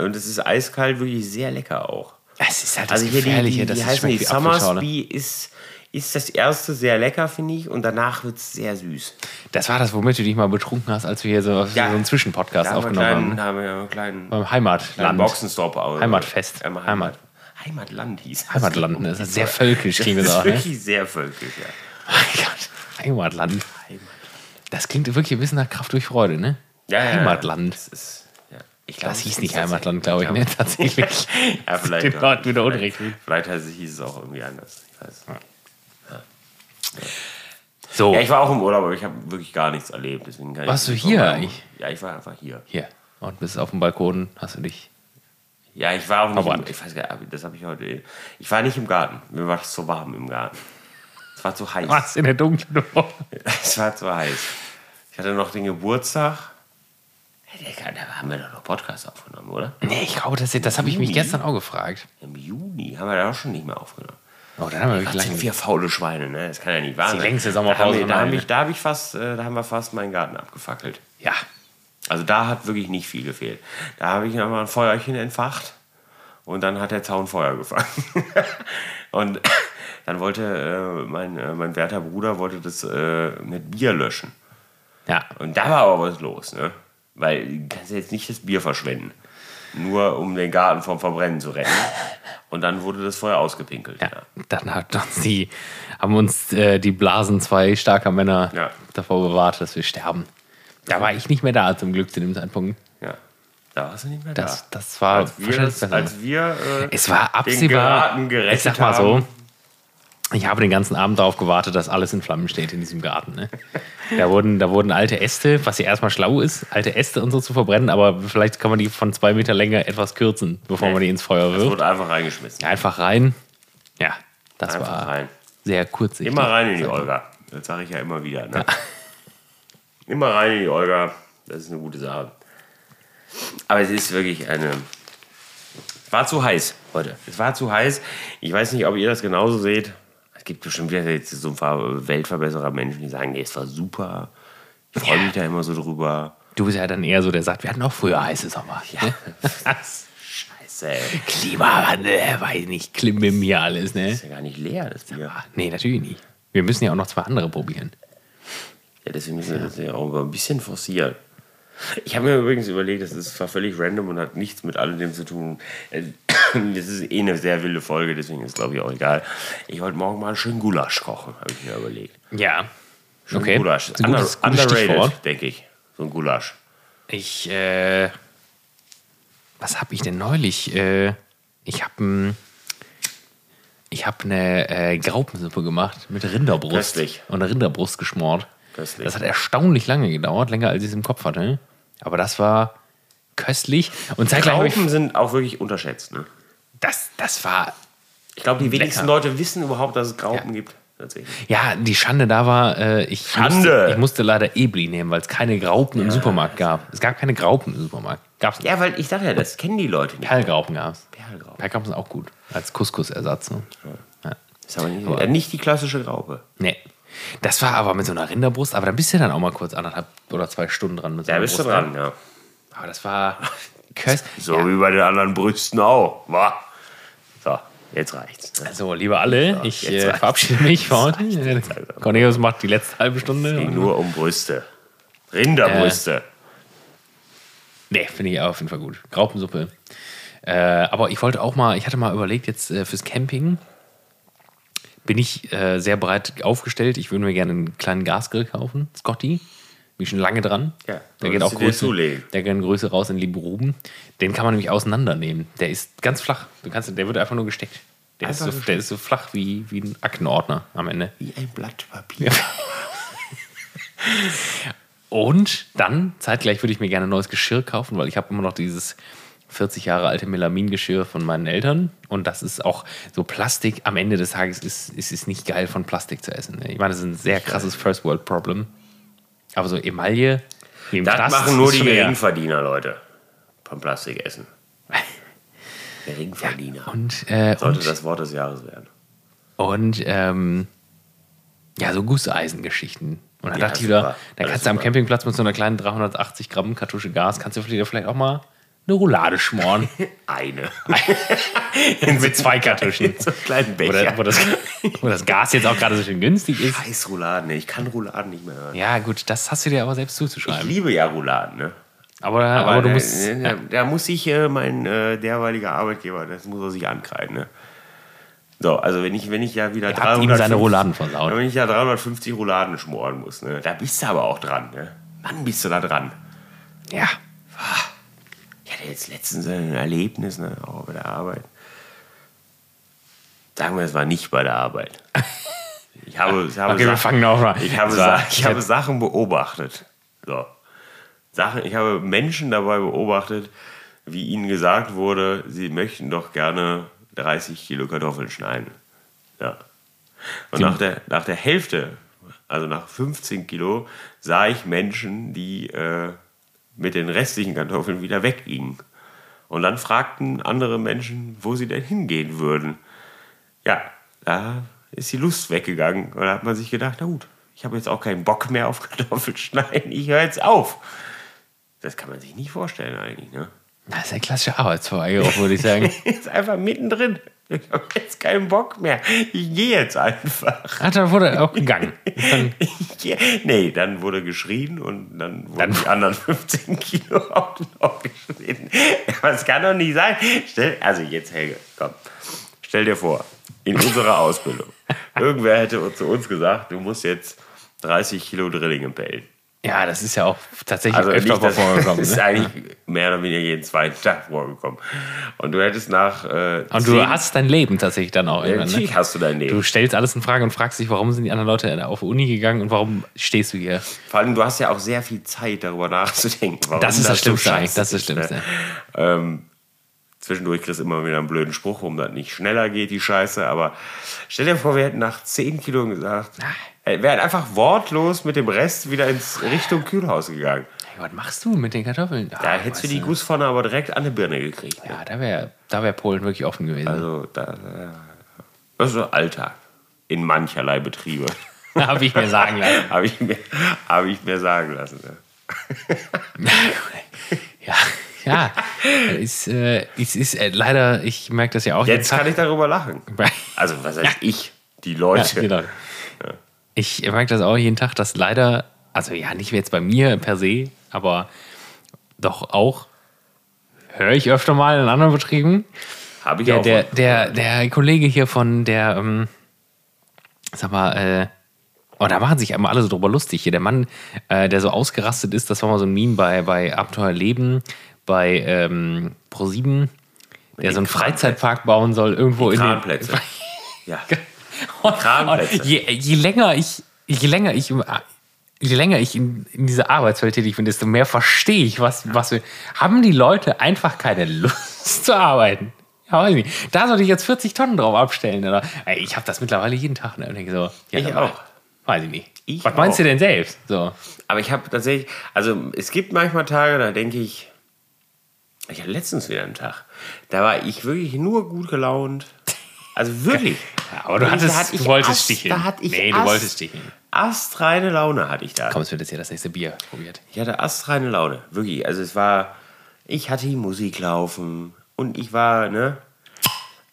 [SPEAKER 2] und es ist eiskalt, wirklich sehr lecker auch.
[SPEAKER 1] Das ist halt das
[SPEAKER 2] Also hier die, die,
[SPEAKER 1] Gefährliche,
[SPEAKER 2] die
[SPEAKER 1] dass es
[SPEAKER 2] heißen
[SPEAKER 1] schmeckt
[SPEAKER 2] die
[SPEAKER 1] wie Apfelschorle.
[SPEAKER 2] Summersby ist, ist das erste sehr lecker, finde ich, und danach wird es sehr süß.
[SPEAKER 1] Das war das, womit du dich mal betrunken hast, als wir hier so, so einen Zwischenpodcast
[SPEAKER 2] da haben wir
[SPEAKER 1] aufgenommen
[SPEAKER 2] einen
[SPEAKER 1] haben. ne?
[SPEAKER 2] kleinen, haben. wir einen kleinen
[SPEAKER 1] Beim Heimatland.
[SPEAKER 2] Boxenstopp. aus-
[SPEAKER 1] Heimatfest.
[SPEAKER 2] Einmal Heimat. Heimatland hieß das.
[SPEAKER 1] Heimatland, ne? das
[SPEAKER 2] [laughs]
[SPEAKER 1] ist sehr völkisch, klingt das
[SPEAKER 2] Das
[SPEAKER 1] auch,
[SPEAKER 2] ist
[SPEAKER 1] ne?
[SPEAKER 2] wirklich sehr völkisch, ja.
[SPEAKER 1] [laughs] Mein Gott. Heimatland. Das klingt wirklich ein bisschen nach Kraft durch Freude, ne?
[SPEAKER 2] Ja, ja, ja.
[SPEAKER 1] Heimatland.
[SPEAKER 2] Das, ist, ja. ich glaub,
[SPEAKER 1] Das hieß
[SPEAKER 2] ist
[SPEAKER 1] nicht
[SPEAKER 2] tatsächlich-
[SPEAKER 1] Heimatland, glaube ich, ne? [laughs] Tatsächlich.
[SPEAKER 2] [laughs] Ja,
[SPEAKER 1] Die
[SPEAKER 2] vielleicht.
[SPEAKER 1] Leute wieder
[SPEAKER 2] vielleicht,
[SPEAKER 1] unrecht. Oh.
[SPEAKER 2] vielleicht heißt es- hieß es auch irgendwie anders. Ich weiß. es nicht.
[SPEAKER 1] So,
[SPEAKER 2] Ja, ich war auch im Urlaub, aber ich habe wirklich gar nichts erlebt. Deswegen kann
[SPEAKER 1] Warst
[SPEAKER 2] ich
[SPEAKER 1] du hier eigentlich?
[SPEAKER 2] Ich, ja, ich war einfach hier.
[SPEAKER 1] hier. Und bist auf dem Balkon, hast du dich
[SPEAKER 2] Ja, ich war auch nicht. Im,
[SPEAKER 1] Verbrannt.
[SPEAKER 2] ich weiß gar nicht, das habe ich heute. Ich war nicht im Garten. Mir war es zu warm im Garten. Es war zu heiß.
[SPEAKER 1] Was in der dunklen Woche?
[SPEAKER 2] [laughs] Es war zu heiß. Ich hatte noch den Geburtstag. Hey, Digga, Da haben wir doch noch Podcast aufgenommen, oder?
[SPEAKER 1] Nee, ich glaube, das, das habe ich mich
[SPEAKER 2] Juni?
[SPEAKER 1] gestern auch gefragt.
[SPEAKER 2] Im Juni haben wir da auch schon nicht mehr aufgenommen.
[SPEAKER 1] Oh, dann haben wir
[SPEAKER 2] Das
[SPEAKER 1] wirklich
[SPEAKER 2] sind
[SPEAKER 1] lange.
[SPEAKER 2] wir faule Schweine, ne? Das kann ja nicht wahr
[SPEAKER 1] Die
[SPEAKER 2] sein.
[SPEAKER 1] längste Sommerpause
[SPEAKER 2] Da, haben
[SPEAKER 1] aller
[SPEAKER 2] wir, da, hab ich, da, hab ich fast, äh, da haben wir fast meinen Garten abgefackelt.
[SPEAKER 1] Ja.
[SPEAKER 2] Also da hat wirklich nicht viel gefehlt. Da habe ich nochmal ein Feuerchen entfacht und dann hat der Zaun Feuer gefangen. [laughs] und dann wollte äh, mein, äh, mein werter Bruder wollte das äh, mit Bier löschen.
[SPEAKER 1] Ja.
[SPEAKER 2] Und da war aber was los, ne? Weil du kannst ja jetzt nicht das Bier verschwenden. Nur um den Garten vom Verbrennen zu retten. Und dann wurde das Feuer ausgepinkelt. Ja.
[SPEAKER 1] ja. Dann hat uns die, haben uns äh, die Blasen zwei starker Männer
[SPEAKER 2] Ja.
[SPEAKER 1] davor bewahrt, dass wir sterben. Da war ich nicht mehr da zum Glück zu dem Zeitpunkt.
[SPEAKER 2] Ja. Da warst du nicht mehr
[SPEAKER 1] Das,
[SPEAKER 2] da.
[SPEAKER 1] das war
[SPEAKER 2] als wir,
[SPEAKER 1] wahrscheinlich
[SPEAKER 2] das,
[SPEAKER 1] besser.
[SPEAKER 2] als wir äh,
[SPEAKER 1] es war
[SPEAKER 2] den
[SPEAKER 1] absehbar.
[SPEAKER 2] Garten gerettet
[SPEAKER 1] ich sag mal
[SPEAKER 2] haben.
[SPEAKER 1] so. Ich habe den ganzen Abend darauf gewartet, dass alles in Flammen steht in diesem Garten. Ne? Da, wurden, da wurden alte Äste, was ja erstmal schlau ist, alte Äste und so zu verbrennen, aber vielleicht kann man die von zwei Meter Länge etwas kürzen, bevor man die ins Feuer
[SPEAKER 2] Es
[SPEAKER 1] wirft.
[SPEAKER 2] wurde einfach reingeschmissen.
[SPEAKER 1] Ja, einfach rein. Ja, das
[SPEAKER 2] Einfach
[SPEAKER 1] war
[SPEAKER 2] rein.
[SPEAKER 1] sehr kurzsichtig.
[SPEAKER 2] Immer rein in die Olga. Das sage ich ja immer wieder. Ne? Immer rein in die Olga. Das ist eine gute Sache. Aber es ist wirklich eine. Es war zu heiß heute. Es war zu heiß. Ich weiß nicht, ob ihr das genauso seht. Es gibt bestimmt wieder jetzt so ein paar Weltverbesserer Menschen, die sagen, nee, es war super. Ich freue mich da immer so drüber.
[SPEAKER 1] Du bist ja dann eher so, der sagt, wir hatten auch früher heiße Sommer. ne? Ja.
[SPEAKER 2] Scheiße, ey.
[SPEAKER 1] [laughs] Klimawandel, äh, weiß nicht, klimmen hier alles, ne?
[SPEAKER 2] Ist ja gar nicht leer, das Bier.
[SPEAKER 1] Nee, natürlich nicht. Wir müssen ja auch noch zwei andere probieren.
[SPEAKER 2] Ja, deswegen müssen wir das ja auch mal ein bisschen forcieren. Ich habe mir übrigens überlegt, das ist zwar völlig random und hat nichts mit alledem zu tun. Äh, [clears throat] Das ist eh eine sehr wilde Folge, deswegen ist glaube ich auch egal. Ich wollte morgen mal einen schönen Gulasch kochen, habe ich mir überlegt.
[SPEAKER 1] Ja.
[SPEAKER 2] Schönen
[SPEAKER 1] okay.
[SPEAKER 2] Gulasch.
[SPEAKER 1] Ein
[SPEAKER 2] Under,
[SPEAKER 1] gutes- gutes Stichwort.
[SPEAKER 2] underrated, denke ich. So ein Gulasch.
[SPEAKER 1] Ich, äh, was habe ich denn neulich? Äh, ich habe ich hab eine äh, Graupensuppe gemacht mit Rinderbrust.
[SPEAKER 2] Köstlich.
[SPEAKER 1] Und eine Rinderbrust geschmort.
[SPEAKER 2] Köstlich.
[SPEAKER 1] Das hat erstaunlich lange gedauert, länger als ich es im Kopf hatte. Aber das war köstlich. Und zeitgleich habe ich,
[SPEAKER 2] Graupen sind auch wirklich unterschätzt. Ne?
[SPEAKER 1] das, das war
[SPEAKER 2] Ich glaube, die wenigsten Leute wissen überhaupt, dass es Graupen
[SPEAKER 1] Ja.
[SPEAKER 2] gibt. Tatsächlich.
[SPEAKER 1] Ja, die Schande da war, äh, ich,
[SPEAKER 2] Schande!
[SPEAKER 1] Musste, ich musste leider Ebli nehmen, weil es keine Graupen im Supermarkt gab. Es gab keine Graupen im Supermarkt. Gab's
[SPEAKER 2] Ja, weil ich dachte ja, das kennen die Leute nicht.
[SPEAKER 1] Perlgraupen gab es.
[SPEAKER 2] Perlgraupen.
[SPEAKER 1] Perlgraupen sind auch gut. Als Couscous-Ersatz. Ne? Ja.
[SPEAKER 2] Das ist aber nicht, äh, nicht die klassische Graupe.
[SPEAKER 1] Nee. Das war aber mit so einer Rinderbrust, aber da bist du dann auch mal kurz anderthalb oder zwei Stunden dran. Mit so
[SPEAKER 2] Da
[SPEAKER 1] einer
[SPEAKER 2] bist du
[SPEAKER 1] Brust. ne?
[SPEAKER 2] dran, ja.
[SPEAKER 1] Aber das war [laughs] köst.
[SPEAKER 2] So wie bei den anderen Brüsten auch. Wah. So, jetzt reicht's. ne?
[SPEAKER 1] Also, liebe alle, ich
[SPEAKER 2] jetzt
[SPEAKER 1] äh,
[SPEAKER 2] reicht's.
[SPEAKER 1] verabschiede mich für heute. Cornelius macht die letzte halbe Stunde.
[SPEAKER 2] Ging
[SPEAKER 1] Und,
[SPEAKER 2] nur um Brüste.
[SPEAKER 1] Äh,
[SPEAKER 2] Rinderbrüste.
[SPEAKER 1] nee, finde ich auf jeden Fall gut. Graupensuppe. Äh, aber ich wollte auch mal, ich hatte mal überlegt, jetzt äh, fürs Camping bin ich äh, sehr breit aufgestellt. Ich würde mir gerne einen kleinen Gasgrill kaufen, Scotty. Bin ich schon lange dran.
[SPEAKER 2] Ja,
[SPEAKER 1] der geht
[SPEAKER 2] solltest
[SPEAKER 1] auch
[SPEAKER 2] du dir
[SPEAKER 1] Größe,
[SPEAKER 2] zulegen.
[SPEAKER 1] der gehen Größe raus in Libruben. Den kann man nämlich auseinandernehmen. Der ist ganz flach. Du kannst, der wird einfach nur gesteckt. Der, ist
[SPEAKER 2] Einfach
[SPEAKER 1] so,
[SPEAKER 2] gesteckt.
[SPEAKER 1] der ist so flach wie, wie ein Aktenordner am Ende.
[SPEAKER 2] Wie ein Blatt Papier.
[SPEAKER 1] Und dann, zeitgleich würde ich mir gerne neues Geschirr kaufen, weil ich habe immer noch dieses 40 Jahre alte Melamingeschirr von meinen Eltern. Und das ist auch so Plastik. Am Ende des Tages ist ist es nicht geil, von Plastik zu essen. Ich meine, das ist ein sehr krasses First-World-Problem. Aber so Emaille, wie im
[SPEAKER 2] Das
[SPEAKER 1] Knast,
[SPEAKER 2] machen nur
[SPEAKER 1] ist
[SPEAKER 2] die
[SPEAKER 1] schon eher-
[SPEAKER 2] Geringverdiener, Leute.
[SPEAKER 1] [laughs]
[SPEAKER 2] Vom Plastikessen. Geringverdiener.
[SPEAKER 1] Und, äh,
[SPEAKER 2] Sollte
[SPEAKER 1] und,
[SPEAKER 2] das Wort des Jahres werden.
[SPEAKER 1] und ähm, ja, so Gusseisengeschichten. Und dann
[SPEAKER 2] Ja,
[SPEAKER 1] dachte ich wieder,
[SPEAKER 2] super.
[SPEAKER 1] dann
[SPEAKER 2] Alles
[SPEAKER 1] kannst du am
[SPEAKER 2] super.
[SPEAKER 1] Campingplatz mit so einer kleinen 380 Gramm Kartusche Gas, kannst du vielleicht auch mal eine Roulade
[SPEAKER 2] [laughs]
[SPEAKER 1] schmoren.
[SPEAKER 2] Eine.
[SPEAKER 1] [laughs] mit zwei Kartuschen.
[SPEAKER 2] [laughs] so einen kleinen
[SPEAKER 1] Wo,
[SPEAKER 2] Becher.
[SPEAKER 1] da, wo, das, wo das [laughs] Gas jetzt auch gerade so schön günstig ist.
[SPEAKER 2] Scheiß Rouladen. ey. Ich kann Rouladen nicht mehr hören.
[SPEAKER 1] Ja, gut, das hast du dir aber selbst
[SPEAKER 2] Ich
[SPEAKER 1] zuzuschreiben.
[SPEAKER 2] liebe ja Rouladen, ne?
[SPEAKER 1] Aber, aber, äh, du
[SPEAKER 2] da-
[SPEAKER 1] musst.
[SPEAKER 2] Da, da, da muss sich äh, mein äh, derweiliger Arbeitgeber, das muss er sich ankreiden, ne? So, also wenn ich, wenn ich ja wieder
[SPEAKER 1] Ihr habt ihm seine Rouladen versaut.
[SPEAKER 2] Wenn ich ja 350 Rouladen schmoren muss, ne? Da bist du aber auch dran, ne? Mann, bist du da dran.
[SPEAKER 1] Ja.
[SPEAKER 2] Ich hatte jetzt letztens ein Erlebnis, ne? Auch bei der Arbeit. Sagen wir, es war nicht bei der Arbeit. Ich habe, ich habe
[SPEAKER 1] Okay, wir
[SPEAKER 2] Sachen-
[SPEAKER 1] fangen nochmal.
[SPEAKER 2] Ich habe,
[SPEAKER 1] So,
[SPEAKER 2] Sa ich
[SPEAKER 1] Also, ich
[SPEAKER 2] habe Sachen beobachtet. So. Sachen, ich habe Menschen dabei beobachtet, wie ihnen gesagt wurde, sie möchten doch gerne 30 Kilo Kartoffeln schneiden. Ja. Und nach der, nach der Hälfte, also nach 15 Kilo, sah ich Menschen, die äh, mit den restlichen Kartoffeln wieder weggingen. Und dann fragten andere Menschen, wo sie denn hingehen würden. Ja, da ist die Lust weggegangen. Und da hat man sich gedacht, na gut, ich habe jetzt auch keinen Bock mehr auf [laughs] Kartoffelschneiden, ich höre jetzt auf. Das kann man sich nicht vorstellen eigentlich, ne?
[SPEAKER 1] Das ist eine klassische Arbeitsverweigerung, würde ich [laughs] sagen.
[SPEAKER 2] [laughs] Ist einfach mittendrin. Ich habe jetzt keinen Bock mehr. Ich gehe jetzt einfach.
[SPEAKER 1] Ach, da wurde er auch gegangen.
[SPEAKER 2] [laughs] Ich geh, nee, dann wurde geschrien und dann wurden
[SPEAKER 1] Dann-
[SPEAKER 2] die anderen [laughs] 15 Kilo auch noch geschnitten. Aber es kann doch nicht sein. Stell, also jetzt, Helge, komm. Stell dir vor, in unserer Ausbildung, irgendwer hätte zu uns gesagt, du musst jetzt 30 Kilo Drillinge pellen.
[SPEAKER 1] [laughs] Ja, das ist ja auch tatsächlich
[SPEAKER 2] Also
[SPEAKER 1] öfter
[SPEAKER 2] nicht,
[SPEAKER 1] mal
[SPEAKER 2] das
[SPEAKER 1] [laughs] vorgekommen.
[SPEAKER 2] [laughs] ist
[SPEAKER 1] Ne?
[SPEAKER 2] eigentlich mehr oder weniger jeden zweiten Tag vorgekommen. Und du hättest nach äh,
[SPEAKER 1] Und du hast dein Leben tatsächlich dann auch irgendwann.
[SPEAKER 2] Natürlich
[SPEAKER 1] Ne?
[SPEAKER 2] hast du dein Leben.
[SPEAKER 1] Du stellst alles in Frage und fragst dich, warum sind die anderen Leute auf die Uni gegangen und warum stehst du hier?
[SPEAKER 2] Vor allem, du hast ja auch sehr viel Zeit, darüber nachzudenken. Warum
[SPEAKER 1] Das ist das
[SPEAKER 2] so
[SPEAKER 1] Schlimmste
[SPEAKER 2] scheiße ne?
[SPEAKER 1] eigentlich, das ist das
[SPEAKER 2] ist, ne?
[SPEAKER 1] Schlimmste.
[SPEAKER 2] Ähm, Zwischendurch kriegst du immer wieder einen blöden Spruch, warum das nicht schneller geht, die Scheiße. Aber stell dir vor, wir hätten nach 10 Kilo gesagt,
[SPEAKER 1] Ah.
[SPEAKER 2] äh, wir wären einfach wortlos mit dem Rest wieder ins Richtung Kühlhaus gegangen.
[SPEAKER 1] Hey, was machst du mit den Kartoffeln?
[SPEAKER 2] Da
[SPEAKER 1] Ah,
[SPEAKER 2] hättest du
[SPEAKER 1] weißt
[SPEAKER 2] die Gusspfanne aber direkt an die Birne gekriegt.
[SPEAKER 1] Ja, da wäre da wär Polen wirklich offen gewesen.
[SPEAKER 2] Also, da, äh, das ist so Alltag in mancherlei
[SPEAKER 1] [laughs]
[SPEAKER 2] Betriebe.
[SPEAKER 1] Habe ich mir sagen lassen.
[SPEAKER 2] [laughs] Habe ich, mir- hab ich mir sagen lassen. ja.
[SPEAKER 1] [laughs] Ja, ja. Es ist, äh, es ist äh, leider, ich merke das ja auch.
[SPEAKER 2] Jetzt kann ich darüber lachen.
[SPEAKER 1] Tag.
[SPEAKER 2] Also, was heißt ich? Die
[SPEAKER 1] Ja,
[SPEAKER 2] Leute.
[SPEAKER 1] genau. Ich merke das auch jeden Tag, dass leider, also ja, nicht jetzt bei mir per se, aber doch auch höre ich öfter mal in anderen Betrieben.
[SPEAKER 2] Habe ich
[SPEAKER 1] Der,
[SPEAKER 2] auch.
[SPEAKER 1] der, der, der Kollege hier von der, ähm, sag mal, äh, oh, da machen sich immer alle so drüber lustig hier. Der Mann, äh, der so ausgerastet ist, das war mal so ein Meme bei, bei Abenteuer Leben, bei ähm, Pro7, der so einen Freizeitpark bauen soll, irgendwo in den,
[SPEAKER 2] Kranplätze. [laughs] ja.
[SPEAKER 1] und,
[SPEAKER 2] Kranplätze.
[SPEAKER 1] und je, je länger ich, je länger ich, im Ar- je länger ich in, in dieser Arbeitswelt tätig bin, desto mehr verstehe ich, was, was wir. Haben die Leute einfach keine Lust [laughs] zu arbeiten? Ja, weiß ich nicht. Da sollte ich jetzt 40 Tonnen drauf abstellen. Oder? Ey, ich habe das mittlerweile jeden Tag. Ne? Und denke so, ja,
[SPEAKER 2] Ich
[SPEAKER 1] aber-
[SPEAKER 2] auch.
[SPEAKER 1] Weiß ich nicht.
[SPEAKER 2] Ich
[SPEAKER 1] was meinst
[SPEAKER 2] auch.
[SPEAKER 1] du denn selbst? So.
[SPEAKER 2] Aber ich habe tatsächlich, also es gibt manchmal Tage, da denke ich, ich hatte letztens wieder einen Tag, da war ich wirklich nur gut gelaunt. Also wirklich.
[SPEAKER 1] Ja, aber du
[SPEAKER 2] Da
[SPEAKER 1] hattest-
[SPEAKER 2] hatte ich
[SPEAKER 1] du wolltest
[SPEAKER 2] Ast-
[SPEAKER 1] sticheln.
[SPEAKER 2] Da hatte ich
[SPEAKER 1] Nee, du
[SPEAKER 2] Ast-
[SPEAKER 1] wolltest sticheln.
[SPEAKER 2] Astreine Laune hatte ich da.
[SPEAKER 1] Kommst du das hier das nächste Bier probiert?
[SPEAKER 2] Ich hatte astreine Laune, wirklich. Also es war, ich hatte die Musik laufen und ich war, ne?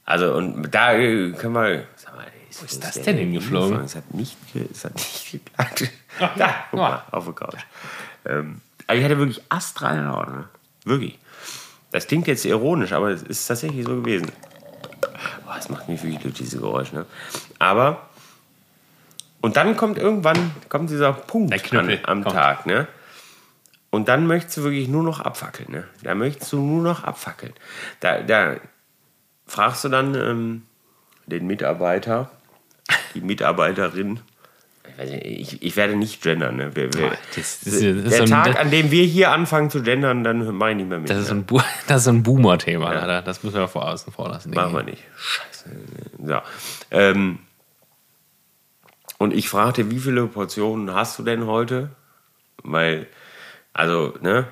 [SPEAKER 2] Also und da äh, können wir, sag mal, ist, Wo
[SPEAKER 1] ist das denn hingeflogen?
[SPEAKER 2] Es hat nicht, ge- es hat nicht geklappt. [laughs] da, guck mal, auf der Couch. Ähm, also ich hatte wirklich astreine Laune, ne? wirklich. Das klingt jetzt ironisch, aber es ist tatsächlich so gewesen. Boah, es macht mich wirklich diese Geräusche, ne? Aber und dann kommt irgendwann kommt dieser Punkt
[SPEAKER 1] Der Knüppel
[SPEAKER 2] an, am
[SPEAKER 1] kommt.
[SPEAKER 2] Tag, ne? Und dann möchtest du wirklich nur noch abfackeln, ne? Da möchtest du nur noch abfackeln. Da, da fragst du dann ähm, den Mitarbeiter, die Mitarbeiterin. Ich, weiß nicht, ich, ich werde nicht gendern, ne? Wir, wir,
[SPEAKER 1] Das, das, ist- das, ist so
[SPEAKER 2] der
[SPEAKER 1] ein-
[SPEAKER 2] Tag,
[SPEAKER 1] das,
[SPEAKER 2] an dem wir hier anfangen zu gendern, dann meine ich nicht mehr mit.
[SPEAKER 1] das ist so ein, Bu- [laughs] das ist so ein Boomer-Thema, leider. Das müssen wir vor außen vor lassen.
[SPEAKER 2] Machen wir nicht. Scheiße. Ja. Ähm, und ich fragte, wie viele Portionen hast du denn heute? Weil, also, ne,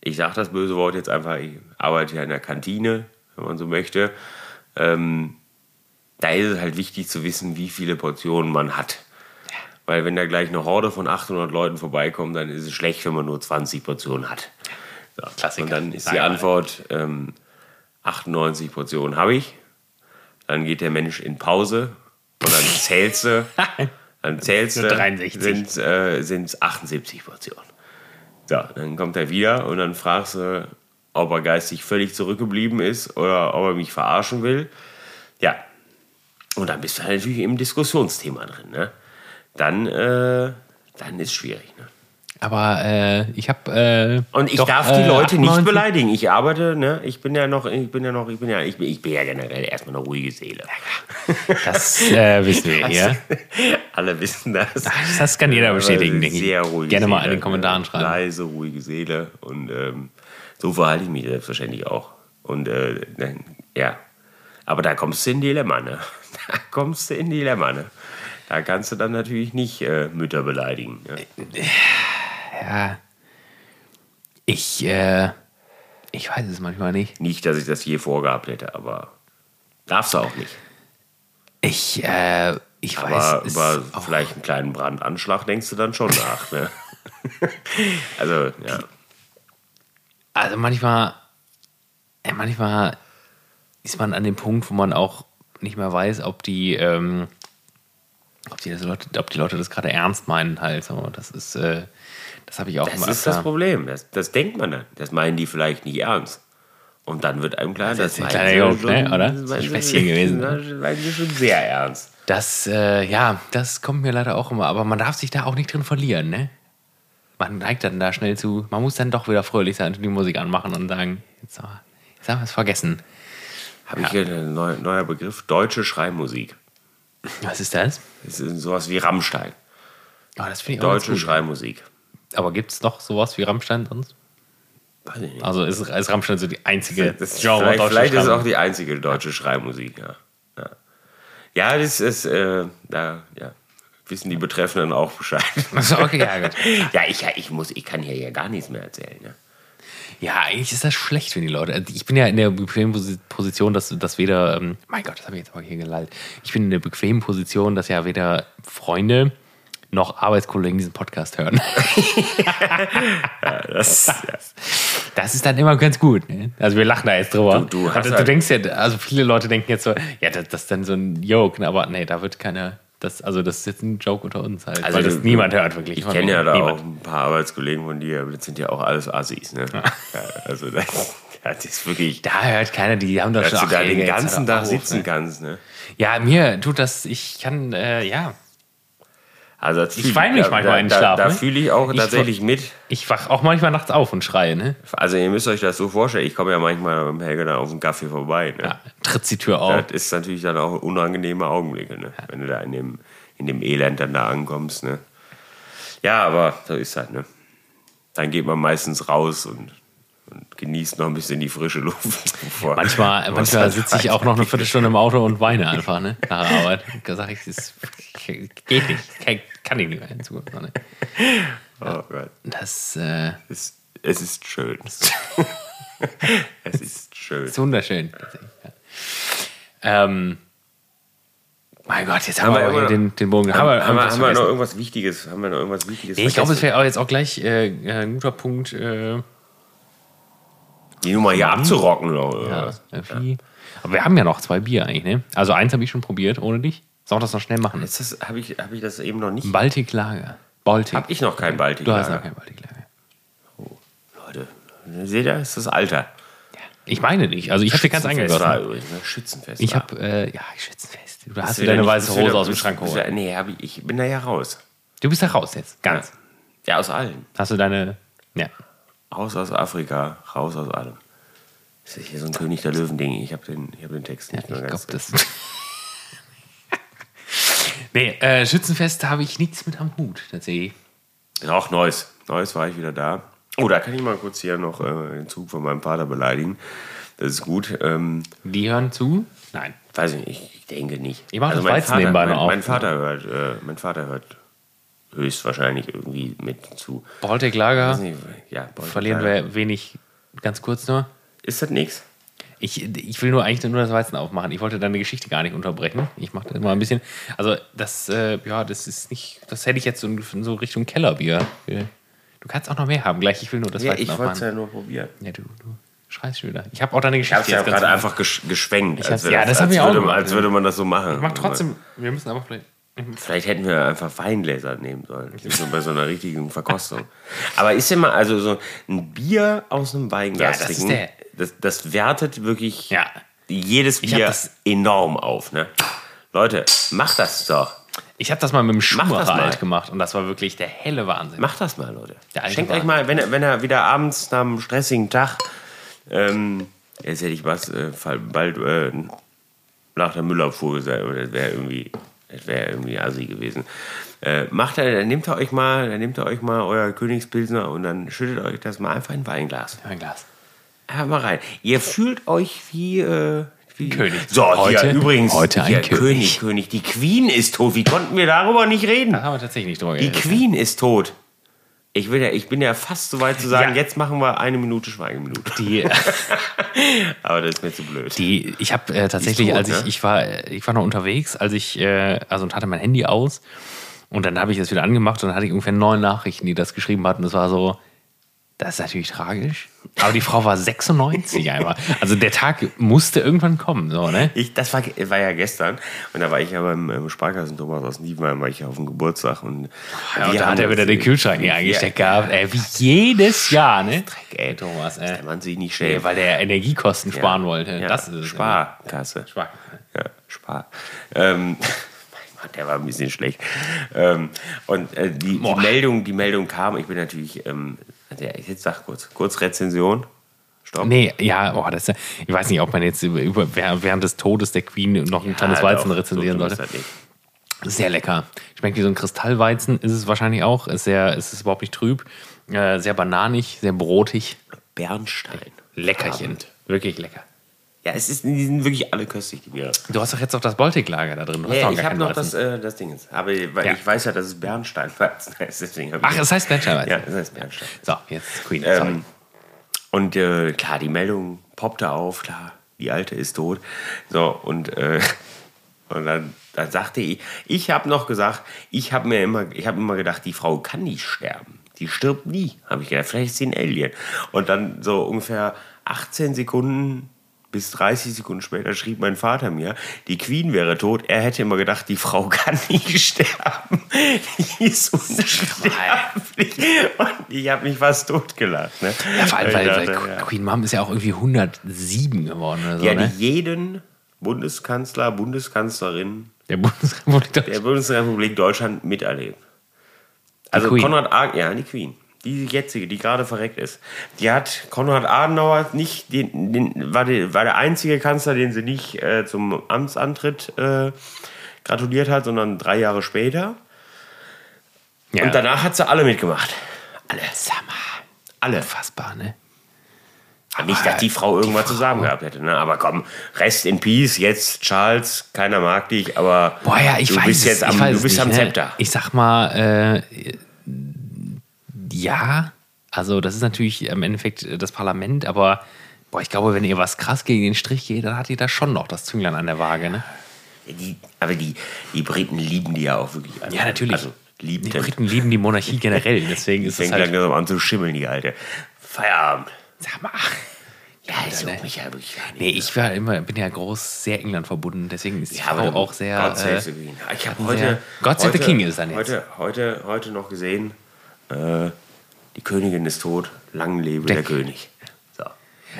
[SPEAKER 2] ich sage das böse Wort jetzt einfach, ich arbeite ja in der Kantine, wenn man so möchte. Ähm, da ist es halt wichtig zu wissen, wie viele Portionen man hat. Weil wenn da gleich eine Horde von 800 Leuten vorbeikommt, dann ist es schlecht, wenn man nur 20 Portionen hat. So.
[SPEAKER 1] Klassiker.
[SPEAKER 2] Und dann ist
[SPEAKER 1] Sagen
[SPEAKER 2] die
[SPEAKER 1] wir.
[SPEAKER 2] Antwort, ähm, 98 Portionen habe ich. Dann geht der Mensch in Pause und
[SPEAKER 1] [laughs]
[SPEAKER 2] dann zählst du. Dann zählst
[SPEAKER 1] Nur
[SPEAKER 2] du.
[SPEAKER 1] 63.
[SPEAKER 2] Sind äh, sind's 78 Portionen. So, dann kommt er wieder und dann fragst du, ob er geistig völlig zurückgeblieben ist oder ob er mich verarschen will. Ja. Und dann bist du halt natürlich im Diskussionsthema drin. Ne? Dann, äh, dann ist schwierig. Ne?
[SPEAKER 1] Aber äh, ich habe. Äh,
[SPEAKER 2] Und ich
[SPEAKER 1] doch,
[SPEAKER 2] darf die
[SPEAKER 1] äh,
[SPEAKER 2] Leute
[SPEAKER 1] 98
[SPEAKER 2] nicht beleidigen. Ich arbeite, ne? Ich bin ja noch, ich bin ja noch, ich bin ja, ich bin, ich bin ja generell erstmal eine ruhige Seele.
[SPEAKER 1] Das äh, wissen wir hier.
[SPEAKER 2] [laughs] Alle wissen das. Äh,
[SPEAKER 1] Das kann jeder bestätigen, denke ich.
[SPEAKER 2] Sehr ruhige
[SPEAKER 1] Gerne mal
[SPEAKER 2] Seele,
[SPEAKER 1] in den Kommentaren
[SPEAKER 2] ne?
[SPEAKER 1] schreiben.
[SPEAKER 2] Leise, ruhige Seele. Und ähm, so verhalte ich mich selbstverständlich auch. Und äh, dann- ja. Aber da kommst du in Dilemma, ne? [laughs] Da kommst du in Dilemma, ne? Da kannst du dann natürlich nicht äh, Mütter beleidigen. Ne?
[SPEAKER 1] Ja. Ich, äh, ich weiß es manchmal nicht.
[SPEAKER 2] Nicht, dass ich das je vorgehabt hätte, aber darfst du auch nicht.
[SPEAKER 1] Ich, äh, ich weiß
[SPEAKER 2] Aber
[SPEAKER 1] es
[SPEAKER 2] über
[SPEAKER 1] auch.
[SPEAKER 2] vielleicht einen kleinen Brandanschlag denkst du dann schon nach.
[SPEAKER 1] [laughs]
[SPEAKER 2] Ne? also, ja.
[SPEAKER 1] Also manchmal, äh, manchmal ist man an dem Punkt, wo man auch nicht mehr weiß, ob die, ähm, ob die, das Leute, ob die Leute das gerade ernst meinen halt. So, das ist, äh, das habe ich auch
[SPEAKER 2] Das
[SPEAKER 1] mal
[SPEAKER 2] ist
[SPEAKER 1] öfter.
[SPEAKER 2] das Problem. Das, das denkt man dann. Das meinen die vielleicht nicht ernst. Und dann wird einem klar, das,
[SPEAKER 1] ist ein
[SPEAKER 2] meinen
[SPEAKER 1] kleiner
[SPEAKER 2] sie
[SPEAKER 1] Joke,
[SPEAKER 2] schon-
[SPEAKER 1] ne, oder?
[SPEAKER 2] das
[SPEAKER 1] Ist
[SPEAKER 2] meinen
[SPEAKER 1] ein
[SPEAKER 2] sie-
[SPEAKER 1] Späßchen gewesen.
[SPEAKER 2] Das meinen sie schon sehr ernst.
[SPEAKER 1] Das, äh, ja, das kommt mir leider auch immer, aber man darf sich da auch nicht drin verlieren, ne? Man neigt dann da schnell zu, man muss dann doch wieder fröhlich sein und die Musik anmachen und sagen, jetzt haben wir, jetzt haben wir es vergessen.
[SPEAKER 2] Habe ich hier einen neu, neuer Begriff? Deutsche Schreimusik.
[SPEAKER 1] Was ist das?
[SPEAKER 2] Das ist sowas wie Rammstein.
[SPEAKER 1] Oh, das finde ich auch ganz
[SPEAKER 2] Deutsche
[SPEAKER 1] gut.
[SPEAKER 2] Schreimusik.
[SPEAKER 1] Aber gibt es noch sowas wie Rammstein sonst?
[SPEAKER 2] Weiß ich nicht.
[SPEAKER 1] Also ist, ist Rammstein so die einzige
[SPEAKER 2] Das
[SPEAKER 1] Genre
[SPEAKER 2] vielleicht
[SPEAKER 1] deutsche
[SPEAKER 2] vielleicht ist es
[SPEAKER 1] Schreiben.
[SPEAKER 2] auch die einzige deutsche Schreimusik, ja. Ja, ja das ist, äh, da, ja. Wissen die Betreffenden auch Bescheid.
[SPEAKER 1] Also, okay, ja, gut.
[SPEAKER 2] [laughs] ja, ich, ja, ich muss, ich kann hier ja gar nichts mehr erzählen. Ne?
[SPEAKER 1] Ja, eigentlich ist das schlecht für die Leute. Also Ich bin ja in der bequemen Posi- Position, dass, dass weder, ähm, mein Gott, das habe ich jetzt mal hier gelallt. Ich bin in der bequemen Position, dass ja weder Freunde noch Arbeitskollegen diesen Podcast [laughs] hören.
[SPEAKER 2] Das,
[SPEAKER 1] Das ist dann immer ganz gut. Ne? Also wir lachen da jetzt drüber.
[SPEAKER 2] Du- du hast
[SPEAKER 1] also, du
[SPEAKER 2] halt-
[SPEAKER 1] denkst ja, also viele Leute denken jetzt so, ja, das, das ist dann so ein Joke, ne? aber nee, da wird keiner, das, also das ist jetzt ein Joke unter uns halt,
[SPEAKER 2] Also
[SPEAKER 1] weil das
[SPEAKER 2] du-
[SPEAKER 1] niemand hört wirklich.
[SPEAKER 2] Ich kenne ja da auch ein paar Arbeitskollegen von dir, aber das sind ja auch alles Assis. Ne? Ja, also das, [laughs] das ist wirklich,
[SPEAKER 1] Da hört keiner, die haben doch
[SPEAKER 2] dass
[SPEAKER 1] schon
[SPEAKER 2] du
[SPEAKER 1] ach,
[SPEAKER 2] da
[SPEAKER 1] Helge,
[SPEAKER 2] den
[SPEAKER 1] jetzt
[SPEAKER 2] ganzen
[SPEAKER 1] hör doch
[SPEAKER 2] Tag
[SPEAKER 1] auf,
[SPEAKER 2] sitzen
[SPEAKER 1] ne?
[SPEAKER 2] kannst. Ne?
[SPEAKER 1] Ja, mir tut das, ich kann, äh, ja,
[SPEAKER 2] Also das fühl
[SPEAKER 1] weine mich
[SPEAKER 2] da-
[SPEAKER 1] manchmal
[SPEAKER 2] da,
[SPEAKER 1] in den Schlaf,
[SPEAKER 2] Da, da
[SPEAKER 1] ne?
[SPEAKER 2] fühle ich auch
[SPEAKER 1] Ich
[SPEAKER 2] tatsächlich mit.
[SPEAKER 1] Ich wach auch manchmal nachts auf und schreie, ne?
[SPEAKER 2] Also ihr müsst euch das so vorstellen, ich komme ja manchmal mit dem Helge dann auf dem Kaffee vorbei. Ne?
[SPEAKER 1] Ja, tritt die Tür auf.
[SPEAKER 2] Das ist natürlich dann auch unangenehme Augenblicke, ne? wenn du da in dem, in dem Elend dann da ankommst. Ne? Ja, aber so ist das. Ne? Dann geht man meistens raus und, und genießt noch ein bisschen die frische Luft. [laughs]
[SPEAKER 1] [laughs]
[SPEAKER 2] bevor- [laughs]
[SPEAKER 1] Manchmal,
[SPEAKER 2] bevor es
[SPEAKER 1] manchmal
[SPEAKER 2] dann
[SPEAKER 1] sitze ich auch noch eine Viertelstunde im Auto und weine einfach, ne? Nach der [laughs] Arbeit. Da sag ich, das geht nicht. Kann, kann ich nicht mehr in Zukunft. Ne?
[SPEAKER 2] Oh Gott.
[SPEAKER 1] Das äh,
[SPEAKER 2] Es, es ist schön. [laughs] es ist schön.
[SPEAKER 1] ist wunderschön. tatsächlich, Ja. Ähm, mein Gott, jetzt haben,
[SPEAKER 2] Haben
[SPEAKER 1] wir
[SPEAKER 2] wir
[SPEAKER 1] aber hier
[SPEAKER 2] immer noch-
[SPEAKER 1] den, den Bogen.
[SPEAKER 2] Haben, wir- haben,
[SPEAKER 1] irgendwas
[SPEAKER 2] wir- haben wir noch
[SPEAKER 1] vergessen?
[SPEAKER 2] irgendwas Wichtiges? Haben wir noch irgendwas Wichtiges?
[SPEAKER 1] Nee, ich glaube, es
[SPEAKER 2] vergessen?
[SPEAKER 1] wäre auch jetzt auch gleich äh, äh, ein guter Punkt. Äh,
[SPEAKER 2] die Nummer hier abzurocken. Oder?
[SPEAKER 1] ja,
[SPEAKER 2] was?
[SPEAKER 1] irgendwie. Aber wir haben ja noch zwei Bier eigentlich, ne? Also eins habe ich schon probiert, ohne dich. Sollen wir das noch schnell machen?
[SPEAKER 2] Ist das, habe ich, hab ich das eben noch nicht?
[SPEAKER 1] Baltic Lager. Baltic.
[SPEAKER 2] Habe ich noch kein Baltic.
[SPEAKER 1] Du hast noch kein Baltic Lager.
[SPEAKER 2] Leute, seht ihr, es ist das Alter.
[SPEAKER 1] Ich meine nicht. Also ich habe dir ganz
[SPEAKER 2] Schützenfest
[SPEAKER 1] eingegossen.
[SPEAKER 2] war übrigens, ne? Schützenfest.
[SPEAKER 1] Ich
[SPEAKER 2] war.
[SPEAKER 1] habe, äh, ja, ich schützenfest. Du hast
[SPEAKER 2] Ist
[SPEAKER 1] dir
[SPEAKER 2] wieder
[SPEAKER 1] deine
[SPEAKER 2] nicht-
[SPEAKER 1] weiße
[SPEAKER 2] ist wieder-
[SPEAKER 1] Hose aus dem
[SPEAKER 2] ist-
[SPEAKER 1] Schrank
[SPEAKER 2] ist
[SPEAKER 1] geholt.
[SPEAKER 2] wieder- Nee, hab ich, ich bin da ja raus.
[SPEAKER 1] Du bist da raus jetzt. Ganz.
[SPEAKER 2] Ja, aus allem.
[SPEAKER 1] Hast du deine. Ja.
[SPEAKER 2] Raus aus Afrika, raus aus allem. Das ist hier so ein König der Löwen-Ding. Ich habe den, ich hab den Text
[SPEAKER 1] ja
[SPEAKER 2] nicht
[SPEAKER 1] ich
[SPEAKER 2] mehr
[SPEAKER 1] glaube,
[SPEAKER 2] ganz.
[SPEAKER 1] das. [laughs] nee, äh, Schützenfest da habe ich nichts mit am Hut, tatsächlich.
[SPEAKER 2] Auch Neues. Neues war ich wieder da. Oh, da kann ich mal kurz hier noch äh, den Zug von meinem Vater beleidigen. Das ist gut. Ähm,
[SPEAKER 1] Die hören zu? Nein.
[SPEAKER 2] weiß ich nicht, ich denke nicht. Also
[SPEAKER 1] Ich mach das
[SPEAKER 2] mein
[SPEAKER 1] Weizen
[SPEAKER 2] Vater,
[SPEAKER 1] nebenbei noch
[SPEAKER 2] mein,
[SPEAKER 1] auf. ne?
[SPEAKER 2] mein Vater hört, äh, mein Vater hört höchstwahrscheinlich irgendwie mit zu.
[SPEAKER 1] Baltic Lager
[SPEAKER 2] Weiß nicht, ja, Bolton
[SPEAKER 1] Ah. verlieren
[SPEAKER 2] Lager.
[SPEAKER 1] wir wenig. Ganz kurz nur.
[SPEAKER 2] Ist das nichts?
[SPEAKER 1] Ich, ich will nur eigentlich nur das Weizen aufmachen. Ich wollte deine Geschichte gar nicht unterbrechen. Ich mache das mal ein bisschen. Also, das, äh, ja, das ist nicht. Das hätte ich jetzt so, in so Richtung Kellerbier. ge- Du kannst auch noch mehr haben gleich. Ich will nur das
[SPEAKER 2] Ja,
[SPEAKER 1] Weizen
[SPEAKER 2] ich wollte es
[SPEAKER 1] aufmachen.
[SPEAKER 2] ja nur probieren.
[SPEAKER 1] Ja, du, du schreist schon wieder. Ich habe auch deine
[SPEAKER 2] Ich
[SPEAKER 1] Geschichte
[SPEAKER 2] habe ja
[SPEAKER 1] jetzt ganz
[SPEAKER 2] gerade einfach gesch geschwenkt.
[SPEAKER 1] hab's-
[SPEAKER 2] wäre
[SPEAKER 1] ja, das hab
[SPEAKER 2] als
[SPEAKER 1] ich auch
[SPEAKER 2] würde, man-
[SPEAKER 1] gemacht,
[SPEAKER 2] Als
[SPEAKER 1] ja.
[SPEAKER 2] würde man das so machen.
[SPEAKER 1] Mach trotzdem. Wir müssen aber vielleicht.
[SPEAKER 2] Vielleicht hätten wir einfach Weingläser nehmen sollen. So bei so einer richtigen Verkostung. Aber ist ja mal, also so ein Bier aus einem Weinglas
[SPEAKER 1] Ja, das ist
[SPEAKER 2] trinken,
[SPEAKER 1] der-
[SPEAKER 2] das, das wertet wirklich
[SPEAKER 1] Ja.
[SPEAKER 2] jedes
[SPEAKER 1] hab
[SPEAKER 2] Bier
[SPEAKER 1] das-
[SPEAKER 2] enorm auf. Ne? Leute, macht das doch.
[SPEAKER 1] Ich habe das mal mit dem
[SPEAKER 2] Mach das
[SPEAKER 1] Schumacher
[SPEAKER 2] mal.
[SPEAKER 1] alt gemacht und das war wirklich der helle Wahnsinn.
[SPEAKER 2] Macht das mal, Leute.
[SPEAKER 1] Der alte
[SPEAKER 2] Schenkt
[SPEAKER 1] Mann.
[SPEAKER 2] euch mal, wenn er, wenn er wieder abends nach einem stressigen Tag, ähm, jetzt hätte ich was, äh, fall- bald äh, nach der Müllabfuhr gesagt, aber das wäre irgendwie, das wäre irgendwie assi gewesen. Äh, macht er, dann nehmt er euch mal, dann nehmt er euch mal euer Königspilsner und dann schüttet euch das mal einfach in ein Weinglas.
[SPEAKER 1] Mein Glas.
[SPEAKER 2] Einfach mal rein. Ihr fühlt euch wie, äh, wie
[SPEAKER 1] König.
[SPEAKER 2] So,
[SPEAKER 1] Heute-
[SPEAKER 2] hier übrigens,
[SPEAKER 1] heute ein
[SPEAKER 2] hier,
[SPEAKER 1] König.
[SPEAKER 2] König, König. Die Queen ist tot. Wie konnten wir darüber nicht reden?
[SPEAKER 1] Da haben wir tatsächlich nicht drüber
[SPEAKER 2] Die
[SPEAKER 1] geredet.
[SPEAKER 2] Queen ist tot. Ich, will ja, ich bin ja fast so weit zu sagen,
[SPEAKER 1] Ja.
[SPEAKER 2] jetzt machen wir eine Minute Schweigeminute.
[SPEAKER 1] Die,
[SPEAKER 2] Aber das ist mir zu blöd.
[SPEAKER 1] die, ich habe äh, tatsächlich,
[SPEAKER 2] tot,
[SPEAKER 1] als ich,
[SPEAKER 2] ne?
[SPEAKER 1] ich war, äh, ich war noch unterwegs, als ich, äh, also und hatte mein Handy aus und dann habe ich das wieder angemacht und dann hatte ich ungefähr neun Nachrichten, die das geschrieben hatten. Das war so, das ist natürlich tragisch. Aber die Frau war 96 einmal. Also der Tag musste irgendwann kommen, so, ne?
[SPEAKER 2] Ich, das war, ge- war ja gestern. Und da war ich ja beim ähm, Sparkassen Thomas aus Niedenheim, war ich ja auf dem Geburtstag. Und
[SPEAKER 1] Ja, und
[SPEAKER 2] wir
[SPEAKER 1] da hat
[SPEAKER 2] haben
[SPEAKER 1] er wieder
[SPEAKER 2] uns-
[SPEAKER 1] den Kühlschrank hier
[SPEAKER 2] Ja.
[SPEAKER 1] eingesteckt gehabt. Ey, wie jedes Jahr, ne? Dreck,
[SPEAKER 2] ey,
[SPEAKER 1] Thomas,
[SPEAKER 2] Der
[SPEAKER 1] ey.
[SPEAKER 2] Mann sich nicht
[SPEAKER 1] Nee,
[SPEAKER 2] schämt.
[SPEAKER 1] weil der Energiekosten sparen wollte.
[SPEAKER 2] Ja,
[SPEAKER 1] Das ist es.
[SPEAKER 2] Sparkasse.
[SPEAKER 1] Spar.
[SPEAKER 2] Ja, Spar. Ähm, [laughs] mein Gott, der war ein bisschen schlecht. Ähm, und äh, die, die,
[SPEAKER 1] Boah.
[SPEAKER 2] Meldung, die Meldung kam, ich bin natürlich, ähm, also ja, ich jetzt sag kurz, kurz Rezension. Stopp.
[SPEAKER 1] Nee, ja, oh, das, ist ja- ich weiß nicht, ob man jetzt über, während während des Todes der Queen noch ein kleines Weizen
[SPEAKER 2] Ah, doch,
[SPEAKER 1] rezensieren
[SPEAKER 2] so schlimm ist
[SPEAKER 1] sollte.
[SPEAKER 2] das nicht.
[SPEAKER 1] Sehr lecker. Schmeckt wie so ein Kristallweizen, ist es wahrscheinlich auch. Ist sehr, ist es überhaupt nicht trüb. Äh, sehr bananig, sehr brotig.
[SPEAKER 2] Bernstein.
[SPEAKER 1] Leckerchen.
[SPEAKER 2] Abend.
[SPEAKER 1] Wirklich lecker.
[SPEAKER 2] Ja, es ist, die sind wirklich alle köstlich. Ja.
[SPEAKER 1] Du hast doch jetzt noch das Baltiklager da drin. Du hast
[SPEAKER 2] Ja,
[SPEAKER 1] doch
[SPEAKER 2] ich
[SPEAKER 1] gar
[SPEAKER 2] habe
[SPEAKER 1] keinen
[SPEAKER 2] noch
[SPEAKER 1] Weizen.
[SPEAKER 2] das, äh, das Ding jetzt. Aber weil
[SPEAKER 1] Ja.
[SPEAKER 2] ich weiß ja, dass es [laughs] Bernsteinweizen heißt. Deswegen hab ich-
[SPEAKER 1] Ach, es heißt Bernsteinweizen.
[SPEAKER 2] Ja, es heißt Bernstein.
[SPEAKER 1] So, jetzt Queen. sorry.
[SPEAKER 2] Ähm, und äh, klar, die Meldung poppte auf, klar, die Alte ist tot. So, und, äh, [laughs] und dann, dann sagte ich, ich habe noch gesagt, ich habe mir immer, ich habe immer gedacht, die Frau kann nicht sterben. Die stirbt nie, habe ich gedacht. Vielleicht ist sie ein Alien. Und dann so ungefähr 18 Sekunden bis 30 Sekunden später schrieb mein Vater mir, die Queen wäre tot. Er hätte immer gedacht, die Frau [laughs] kann nicht sterben. Die ist unsterblich. Und ich habe mich fast totgelacht. Ne?
[SPEAKER 1] Ja, vor allem, weil,
[SPEAKER 2] Ich
[SPEAKER 1] weil
[SPEAKER 2] dachte, ja.
[SPEAKER 1] Queen Mom ist ja auch irgendwie 107 geworden oder so,
[SPEAKER 2] Ja,
[SPEAKER 1] ne?
[SPEAKER 2] die jeden Bundeskanzler, Bundeskanzlerin
[SPEAKER 1] Der Bundesrepublik
[SPEAKER 2] der
[SPEAKER 1] Deutschland.
[SPEAKER 2] Bundesrepublik Deutschland miterlebt. Also
[SPEAKER 1] Queen.
[SPEAKER 2] Konrad Adenauer, ja, die Queen. Die jetzige, die gerade verreckt ist. Die hat Konrad Adenauer nicht, den, den, war, der, war der einzige Kanzler, den sie nicht äh, zum Amtsantritt äh, gratuliert hat, sondern drei Jahre später.
[SPEAKER 1] Ja,
[SPEAKER 2] Und danach hat sie alle mitgemacht. Alle.
[SPEAKER 1] Sag mal,
[SPEAKER 2] Alle.
[SPEAKER 1] Unfassbar, ne?
[SPEAKER 2] Nicht, dass die Frau irgendwas zusammen gehabt hätte, ne? Aber komm, rest in peace, jetzt Charles, keiner mag dich, aber
[SPEAKER 1] Boah, ja, ich
[SPEAKER 2] du
[SPEAKER 1] weiß
[SPEAKER 2] bist
[SPEAKER 1] es,
[SPEAKER 2] jetzt am,
[SPEAKER 1] ich weiß
[SPEAKER 2] du bist
[SPEAKER 1] es
[SPEAKER 2] am
[SPEAKER 1] nicht, ne?
[SPEAKER 2] Zepter.
[SPEAKER 1] Ich sag mal, äh, ja, also das ist natürlich im Endeffekt äh, das Parlament, aber boah, ich glaube, wenn ihr was krass gegen den Strich geht, dann hat ihr da schon noch das Zünglein an der Waage, ne?
[SPEAKER 2] Die, aber die, die Briten lieben die ja auch wirklich. alle.
[SPEAKER 1] Ja, natürlich.
[SPEAKER 2] Also, lieben
[SPEAKER 1] Die
[SPEAKER 2] die
[SPEAKER 1] Briten lieben die Monarchie
[SPEAKER 2] [laughs]
[SPEAKER 1] generell, deswegen
[SPEAKER 2] Ich
[SPEAKER 1] ist es
[SPEAKER 2] fängt
[SPEAKER 1] halt.
[SPEAKER 2] langsam an zu schimmeln, die Alte. Feierabend.
[SPEAKER 1] Sag mal.
[SPEAKER 2] Ja, also, das juckt mich ja wirklich gar nicht.
[SPEAKER 1] ne? Nee, ich war immer, bin ja groß sehr England verbunden, deswegen ist die
[SPEAKER 2] Ja,
[SPEAKER 1] Frau
[SPEAKER 2] aber
[SPEAKER 1] auch sehr.
[SPEAKER 2] God save the
[SPEAKER 1] äh,
[SPEAKER 2] Queen. Ich habe
[SPEAKER 1] sehr-
[SPEAKER 2] heute.
[SPEAKER 1] God save the
[SPEAKER 2] heute,
[SPEAKER 1] King ist dann jetzt.
[SPEAKER 2] Heute, heute, heute noch gesehen, äh, die Königin ist tot, lang lebe der,
[SPEAKER 1] Der-
[SPEAKER 2] König. So.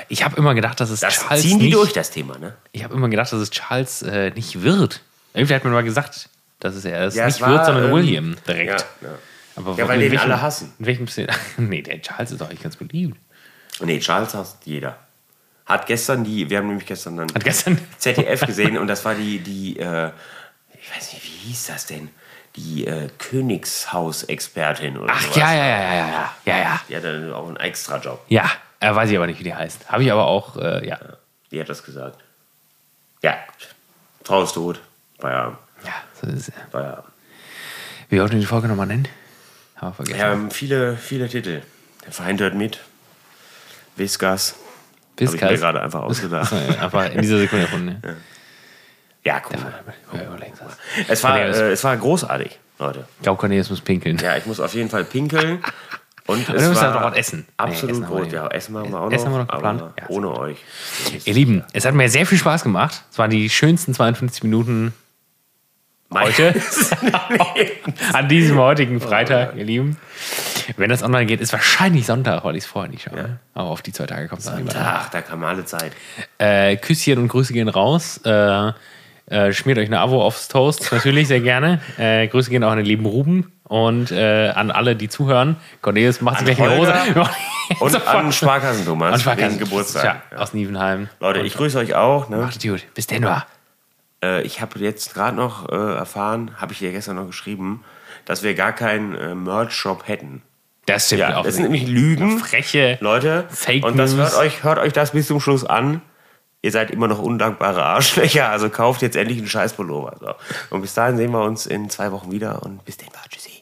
[SPEAKER 1] ich habe immer gedacht, dass es
[SPEAKER 2] Das
[SPEAKER 1] Charles
[SPEAKER 2] ziehen die
[SPEAKER 1] nicht,
[SPEAKER 2] durch, das Thema, ne?
[SPEAKER 1] Ich habe immer gedacht, dass es Charles äh, nicht wird. Irgendwie hat man mal gesagt, dass es er ist.
[SPEAKER 2] Ja, es
[SPEAKER 1] nicht
[SPEAKER 2] war,
[SPEAKER 1] wird, sondern
[SPEAKER 2] ähm,
[SPEAKER 1] William direkt.
[SPEAKER 2] Ja, ja.
[SPEAKER 1] Aber
[SPEAKER 2] Ja,
[SPEAKER 1] warum-
[SPEAKER 2] weil
[SPEAKER 1] in
[SPEAKER 2] den
[SPEAKER 1] welchem-
[SPEAKER 2] alle hassen.
[SPEAKER 1] In welchem Sinn? [laughs] nee, der Charles ist doch eigentlich ganz beliebt.
[SPEAKER 2] Nee, Charles hasst jeder. Hat gestern die, wir haben nämlich gestern dann.
[SPEAKER 1] Hat gestern.
[SPEAKER 2] ZDF gesehen und das war die, die äh, ich weiß nicht, wie hieß das denn? Die äh, Königshausexpertin oder
[SPEAKER 1] [laughs] Ach
[SPEAKER 2] sowas.
[SPEAKER 1] ja, ja, ja, ja, ja, ja, ja.
[SPEAKER 2] Die hatte dann auch einen Extrajob.
[SPEAKER 1] Ja, äh, weiß ich aber nicht, wie die heißt. Habe ich aber auch, äh, ja.
[SPEAKER 2] Die hat das gesagt. Ja, Frau ist tot. Feierabend.
[SPEAKER 1] ja so ist, es.
[SPEAKER 2] Feierabend.
[SPEAKER 1] wie wollten wir die Folge nochmal nennen? Haben wir vergessen.
[SPEAKER 2] Wir haben viele, viele Titel. Der Feind hört mit. Viscas. Hab ich mir
[SPEAKER 1] Biscuits.
[SPEAKER 2] gerade einfach ausgedacht.
[SPEAKER 1] Achso, ja, einfach in dieser Sekunde erfunden. Ja.
[SPEAKER 2] Ja, guck mal.
[SPEAKER 1] Ich
[SPEAKER 2] Es war,
[SPEAKER 1] Cornelius.
[SPEAKER 2] äh, es war großartig, Leute.
[SPEAKER 1] glaube, Cornelius muss pinkeln.
[SPEAKER 2] Ja, ich muss auf jeden Fall pinkeln. Und es
[SPEAKER 1] du musst
[SPEAKER 2] war
[SPEAKER 1] dann noch was essen. Nee,
[SPEAKER 2] Absolut
[SPEAKER 1] Essen haben wir
[SPEAKER 2] groß.
[SPEAKER 1] nicht.
[SPEAKER 2] Ja, Essen machen wir auch noch.
[SPEAKER 1] Essen haben wir noch
[SPEAKER 2] aber
[SPEAKER 1] geplant. Ja,
[SPEAKER 2] ohne euch.
[SPEAKER 1] Ihr Lieben, es hat mir sehr viel Spaß gemacht. Es waren die schönsten 52 Minuten heute. [laughs] An diesem heutigen
[SPEAKER 2] Oh,
[SPEAKER 1] Freitag, ihr Lieben. Wenn das online geht, ist wahrscheinlich Sonntag, weil ich es vorher nicht schaue. Aber auf die zwei Tage kommt es an.
[SPEAKER 2] [laughs] Ach, da kam alle Zeit.
[SPEAKER 1] Äh, Küsschen und Grüße gehen raus. Äh, äh, schmiert euch eine Abo aufs Toast, natürlich sehr gerne. Äh, Grüße gehen auch an den lieben Ruben und äh, an alle, die zuhören. Cornelius macht sich
[SPEAKER 2] An
[SPEAKER 1] gleich eine Hose.
[SPEAKER 2] Holger [laughs] Und an Sparkassen Thomas
[SPEAKER 1] An
[SPEAKER 2] wegen
[SPEAKER 1] Sparkassen.
[SPEAKER 2] Geburtstag.
[SPEAKER 1] Ja, aus Nievenheim.
[SPEAKER 2] Leute, ich grüße euch auch. Ne?
[SPEAKER 1] Macht's gut. Bis dann. wa?
[SPEAKER 2] Äh, ich habe jetzt gerade noch äh, erfahren, habe ich dir gestern noch geschrieben, dass wir gar keinen äh, Merch-Shop hätten.
[SPEAKER 1] Das stimmt
[SPEAKER 2] Ja,
[SPEAKER 1] auch.
[SPEAKER 2] das sind nämlich Lügen,
[SPEAKER 1] freche.
[SPEAKER 2] Leute.
[SPEAKER 1] Fake
[SPEAKER 2] und das
[SPEAKER 1] News.
[SPEAKER 2] hört euch, hört euch das bis zum Schluss an. Ihr seid immer noch undankbare Arschlöcher, also kauft jetzt endlich einen Scheißpullover. So. Und bis dahin sehen wir uns in zwei Wochen wieder und bis dann. Tschüssi.